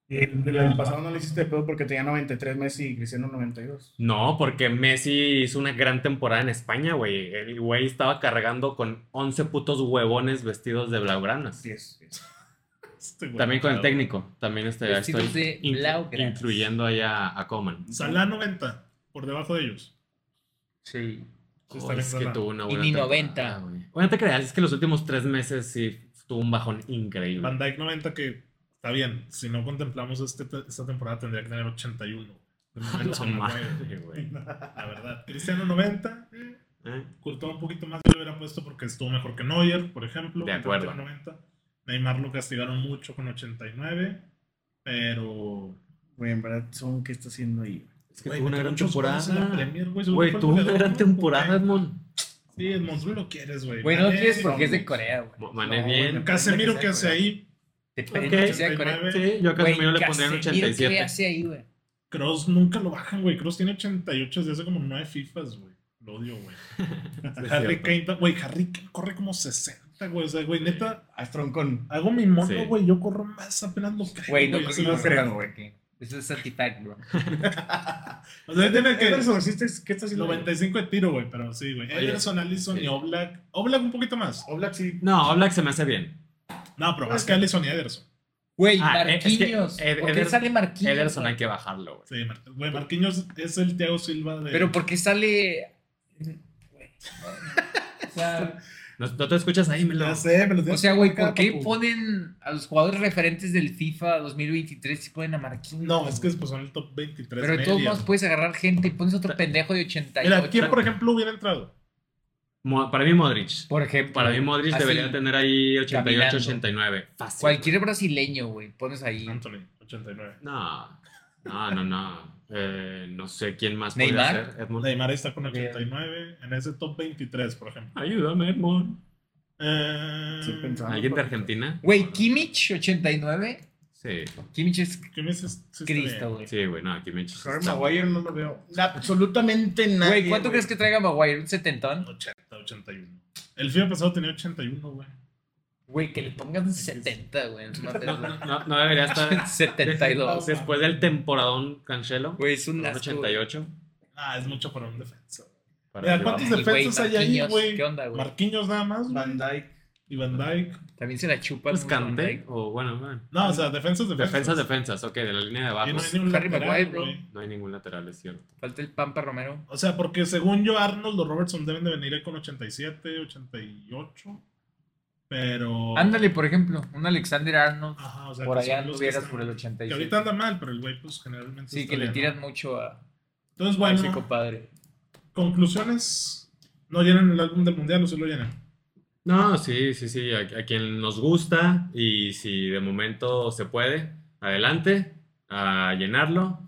E: El del pasado no le hiciste pedo porque tenía 93 Messi y Cristiano 92.
C: No, porque Messi hizo una gran temporada en España, güey. El güey estaba cargando con 11 putos huevones vestidos de blaugranas.
E: 10.
A: Este, güey,
C: También con el
A: claro.
C: técnico. También este,
D: Vestidos
C: estoy
D: de
C: in-
D: blaugranas.
C: incluyendo allá a Coman.
A: Salah 90, por debajo de ellos.
D: Sí.
A: Sí,
C: Oh,
A: está bien
C: es que
A: Salah.
C: tuvo una
D: Y
C: buena
D: ni
C: temporada,
D: 90.
C: güey. Bueno, te creas, es que los últimos tres meses sí tuvo un bajón increíble.
A: Van Dijk 90 que está bien. Si no contemplamos este, te- esta temporada tendría que tener 81. De
C: A
A: momento
C: la
A: se me
C: madre,
A: mueve.
C: güey.
A: La verdad. Cristiano 90. eh,
C: ¿Eh?
A: Courtois un poquito más yo lo hubiera puesto porque estuvo mejor que Neuer, por ejemplo.
C: De
A: que
C: acuerdo.
A: también tiene 90. Neymar lo castigaron mucho con 89. Pero...
E: Güey, en verdad, son ¿qué está haciendo ahí?
C: Es que
A: güey,
C: tuvo una
A: metió
C: gran
A: muchos goles en la
C: temporada.
A: Premier, güey, seguro
C: Güey,
A: fue el
C: tuvo una
A: goleador,
C: gran
A: ¿no?
C: temporada,
A: Porque-
C: Edmond.
A: Sí, Edmond, tú lo quieres, güey.
D: Bueno, no
A: Mané,
D: tienes porque es de
A: vamos.
D: Corea, güey.
C: Mané
D: No,
C: bien.
D: güey,
A: Casemiro,
D: depende
A: ¿qué hace ahí?
D: Depende
C: Ok.
D: que sea de Corea.
A: 89.
C: Sí, yo a Casemiro le pondría en
D: Casemiro, ¿Qué
C: 87.
D: hace ahí, güey?
A: Cross nunca lo bajan, güey. Cross tiene 88 desde hace como 9 FIFAs, güey. Lo odio, güey. Harry Kane, ta- güey, Harry Kane corre como 60, güey. O sea, güey, neta,
E: Ah, Astroncon.
A: hago mi mono,
C: Sí.
A: güey. Yo corro más, apenas lo creo.
D: Güey, no
A: o
D: creo
A: sea,
D: que no
A: güey.
D: creo, güey. Eso es satisfactorio.
A: O sea, tiene que
E: Ederson, ¿existe? ¿qué está haciendo?
A: 95 de tiro, güey, pero sí, güey.
C: Oye.
A: Ederson, Allison y
C: Sí.
A: Oblak. Oblak un poquito más.
E: Oblak sí.
C: No, Oblak se me hace bien.
A: No,
C: Pues
A: pero más que Allison y Ederson.
D: Güey,
C: Ah, eh, es que
D: Marquinhos.
C: Ed-
D: ¿Por qué
C: Ederson-
D: sale Marquinhos?
C: Ederson
D: güey?
C: hay que bajarlo, güey.
A: Sí, Mar- güey, Marquinhos es el Thiago Silva de...
D: Pero ¿por qué sale...? Güey, O sea,
C: ¿No, no te escuchas ahí, Melo?
A: Ya sé, me lo
D: O
A: tienes
D: sea, güey,
A: que explicar,
D: ¿por qué
A: papu.
D: ponen a los jugadores referentes del FIFA 2023 si ponen a Marquinhos?
A: No, es que después son el top 23
D: Pero de todos
A: media.
D: modos puedes agarrar gente y pones otro pendejo de 88.
A: Mira, ¿quién, por ejemplo, hubiera entrado?
C: Mo- Para mí, Modric.
D: Por ejemplo.
C: Para mí, Modric
D: así,
C: debería tener ahí 88,
D: caminando.
C: 89. Fácil.
D: Cualquier brasileño, güey, pones ahí.
A: Anthony, 89.
C: No, no, no, no. Eh, no sé quién más
D: ¿Neymar?
C: podría ser. Edmond.
A: Neymar está con
D: Bien.
A: 89 en ese top 23, por ejemplo.
C: Ayúdame, Edmond.
A: Eh,
E: Estoy pensando.
C: ¿Alguien de Argentina?
D: Güey, Kimmich, 89.
C: Sí,
D: Kimmich es
A: ¿Qué me dices? Sí está
D: Cristo,
A: bien.
D: güey.
C: sí, güey, no, aquí me
E: Harry Maguire no lo veo. Absolutamente nada.
D: Güey, ¿cuánto crees que traiga Maguire? ¿Un setentón?
A: 80, 81. El FIFA pasado tenía 81, güey.
D: Güey, que le pongan 70, güey. No te
C: No, no, no debería estar.
D: 72.
C: Después del temporadón Cancelo,
D: Güey, es un
C: un
D: asco.
C: 88.
A: Ah, es mucho para un defensa.
C: para
A: Mira,
C: arriba.
A: ¿cuántos
D: Ay, güey,
A: defensas hay ahí,
D: Marquinhos,
A: güey?
D: ¿Qué onda, güey?
A: Marquinhos nada más, güey.
E: Van Dyke.
A: Y Van Dyke.
D: También se la chupan.
C: Pues
D: güey, con
C: Kanté,
D: Dyke.
C: o bueno, bueno.
A: No, o sea, defensas, defensas.
C: Defensas, defensas, ok, de la línea de
A: Y
C: abajo.
A: no hay ni un
D: Harry
A: lateral,
D: Maguire, bro.
A: güey.
C: No hay ningún lateral, es cierto.
D: Falta el Pampa Romero.
A: O sea, porque según yo, Arnold o Robertson deben de venir con 87, 88.
C: Oh.
A: Pero.
D: Ándale, por ejemplo, un Alexander Arnold.
A: Ajá, o sea,
D: Por
A: que son
D: allá
A: los que
D: anduvieras
A: están-
D: por el
A: Que
D: 87.
A: ahorita anda mal, pero el güey, pues generalmente.
D: Sí,
A: está
D: que le
A: bien,
D: tiran
A: ¿no?
D: mucho a,
A: Entonces,
D: a
A: Pues bueno,
D: ese compadre.
A: conclusiones. No llenan el álbum del mundial, no se lo llenan.
C: No, sí, sí, sí, a, a quien nos gusta y si de momento se puede, adelante a llenarlo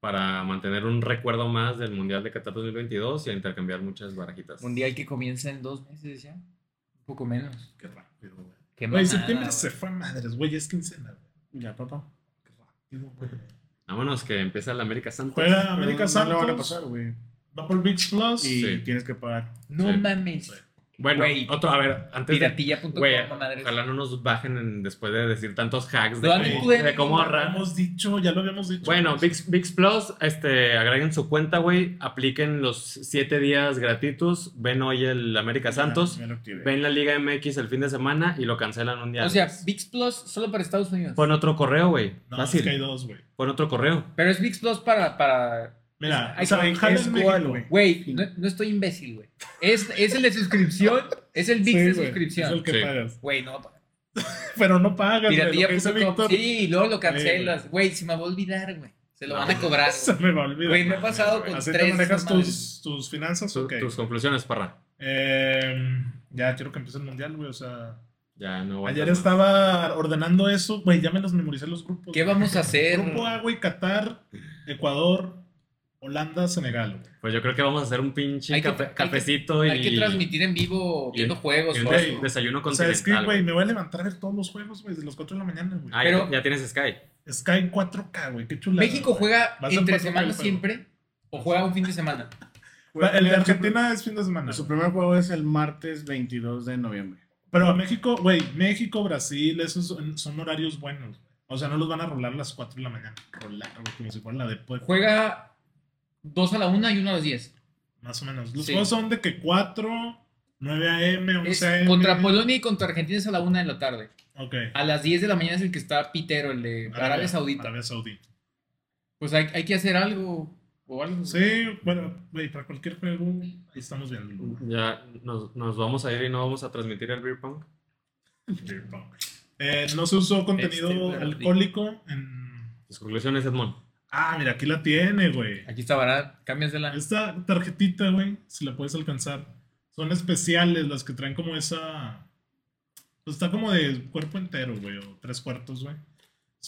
C: para mantener un recuerdo más del Mundial de Qatar 2022 y a intercambiar muchas barajitas.
D: Mundial que comienza en dos meses ya. Un poco menos.
A: Qué rápido, güey.
D: Qué
A: Güey,
D: mamada,
A: septiembre
D: güey.
A: se fue a madres, güey, ya es quincena, güey.
E: Ya, papá.
A: Qué rápido,
D: Pues,
A: güey.
C: Vámonos que empieza la América Santos.
A: Juega América
E: No lo van a
A: Santos,
E: pasar, güey.
A: va por Beach Plus.
E: Y
C: Sí.
E: tienes que pagar.
D: No
C: Sí.
D: mames.
C: Bueno,
D: Güey.
C: otro, a ver, antes de...
D: Piratilla.com,
C: Güey,
D: madre.
C: ojalá no nos bajen en- después de decir tantos hacks de,
D: Lo
A: han-
C: cómo- de cómo
A: Lo
C: ahorrar.
A: hemos dicho, ya lo habíamos dicho.
C: Bueno, VIX, VIX Plus, este, agreguen su cuenta, güey. Apliquen los 7 días gratuitos. Ven hoy el América Santos.
A: Ya lo activé.
C: Ven la Liga MX el fin de semana y lo cancelan un día.
D: O sea,
C: antes.
D: VIX Plus solo para Estados Unidos.
C: pon otro correo, güey.
A: No, es
C: Fácil.
A: que hay dos, güey.
C: Pon otro correo.
D: Pero es VIX Plus para. para...
A: Mira,
D: Ay,
A: o sea,
D: güey,
A: jala en
B: es
A: México.
B: cual, güey.
D: Güey, no, no estoy imbécil, güey. Es, es el de suscripción. Es el VIX
B: Sí,
D: de
B: güey.
A: Es el
D: suscripción.
A: que
C: Sí.
A: pagas.
D: Güey, no. pa-
A: Pero no pagas, güey. Lo que dice
D: Piratilla.com.
A: Víctor
D: pues, Sí, y luego lo
A: güey.
D: cancelas. Güey, se me va a olvidar, güey. Se lo
C: No.
D: van a cobrar.
A: se me va a olvidar.
D: Güey, me he pasado con
A: Así te
D: tres.
A: manejas
D: mamadas.
A: tus, tus finanzas,
C: Su-
A: ok.
C: Tus conclusiones, parra.
A: Eh, ya quiero que empiece el mundial, güey. O sea,
C: Ya no voy a
A: ayer
C: más.
A: estaba ordenando eso, güey. Ya me los memoricé los grupos.
D: ¿Qué vamos a hacer?
A: Grupo A, güey, Qatar, Ecuador, Holanda, Senegal, güey.
C: Pues yo creo que vamos a hacer un pinche
D: Hay que-
C: cafe-
D: hay que-
C: cafecito y,
D: Hay que transmitir en vivo
C: y-
D: viendo juegos.
C: y un
D: o
C: des-
D: algo.
C: desayuno
A: O sea, es que,
C: continental.
A: güey,
C: güey.
A: me voy a levantar a ver todos los juegos, güey, desde las 4 de la mañana, güey.
C: Ah,
D: Pero-
C: ya, ya tienes Sky.
A: Sky 4K, güey, qué chulada.
D: México
A: güey.
D: juega
A: Vas a
D: entre
A: cuatro
D: semana
A: juegos.
D: siempre o juega un fin de semana.
A: Va, El de Argentina es fin de semana.
E: Su
A: güey.
E: primer juego es el martes 22 de noviembre.
A: Pero a México, güey, México, Brasil, esos son, son horarios buenos. güey. O sea, no los van a rolar a las 4 de la mañana. Rolar, güey, como si fuera la de Puebla.
D: Juega dos a la una y uno a las diez.
A: Más o menos. Los
D: Sí.
A: juegos son de que 4, 9 a.m., 11
D: Es
A: a.m.
D: contra Polonia y contra Argentina es a la una de la tarde.
A: Ok.
D: A las 10 de la mañana es el que está Pitero, el de Arabia Saudita.
A: Arabia Saudita.
D: Pues hay, hay que hacer algo o algo.
A: Sí, bueno, güey, para cualquier juego, ahí estamos viendo.
C: Ya nos, nos vamos a ir y no vamos a transmitir el beer pong.
A: Beer pong. Eh, no se usó contenido
D: Este, güey,
A: alcohólico en...
C: Tus conclusiones, Edmond.
A: Ah, mira, aquí la tiene, güey.
D: Aquí está Barat, cámbiasela.
A: Esta tarjetita, güey, si la puedes alcanzar. Son especiales las que traen como esa. Pues está como de cuerpo entero, güey, o tres cuartos, güey.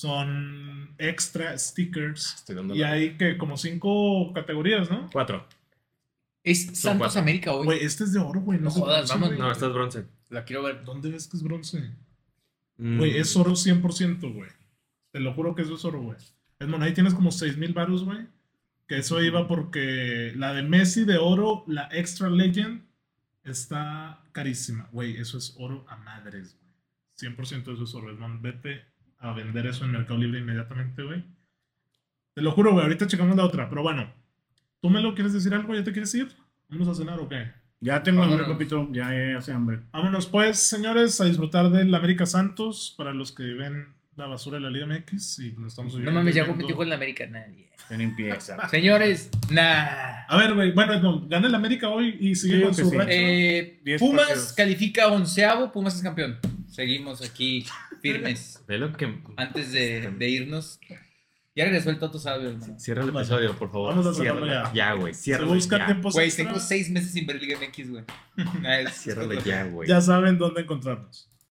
A: Son extra stickers.
C: Estoy dando
A: Y
C: la-
A: hay que como cinco categorías, ¿no?
C: Cuatro.
D: Es Santos
C: cuatro.
D: América hoy.
A: Güey, este es de oro, güey. No,
D: No
A: es de
D: jodas,
A: bronce,
D: vamos,
A: güey.
C: No, esta es bronce.
D: La quiero ver.
A: ¿Dónde ves que es bronce?
C: Mm.
A: Güey, es oro 100%, güey. Te lo juro que eso es oro, güey. Edmond, ahí tienes como 6 mil baros, güey. Que eso iba porque la de Messi de oro, la Extra Legend, está carísima. Güey, eso es oro a madres, güey. 100% eso es oro, Edmond. Vete a vender eso en Mercado Libre inmediatamente, güey. Te lo juro, güey. Ahorita checamos la otra. Pero bueno, ¿tú me lo quieres decir algo? ¿Ya te quieres ir? ¿Vamos a cenar o qué?
E: Ya
A: Ah,
E: tengo hambre,
D: Vámonos.
E: papito. Ya, ya, ya hace hambre.
A: Vámonos pues, señores, a disfrutar del América Santos para los que ven la basura de la Liga MX y nos estamos
D: No mames, ya
A: Pues viendo.
D: competió con la América nadie.
E: Ya empieza.
D: Señores, nah.
A: A ver, güey, bueno, Edmond, gana el América hoy y sigue
E: Sí,
A: con
E: que
A: su
E: sí.
A: racha.
D: Eh,
E: Diez
D: Pumas
E: partidos.
D: califica onceavo, Pumas es campeón. Seguimos aquí firmes
C: Ve lo que.
D: antes de, de irnos. Ya regresó el Toto Sabio, hermano.
C: Cierra el
A: Vamos a-
C: episodio, por favor.
A: vamos a cerrarlo
C: Ciérralo
A: ya.
C: Ya, güey.
A: Se
C: Ciérralo
A: busca
C: ya.
A: tiempos
D: Güey,
A: Pues extra.
D: tengo seis meses sin ver Liga MX, güey. Nah, es-
C: Ciérralo ya, güey.
A: Ya saben dónde encontrarnos.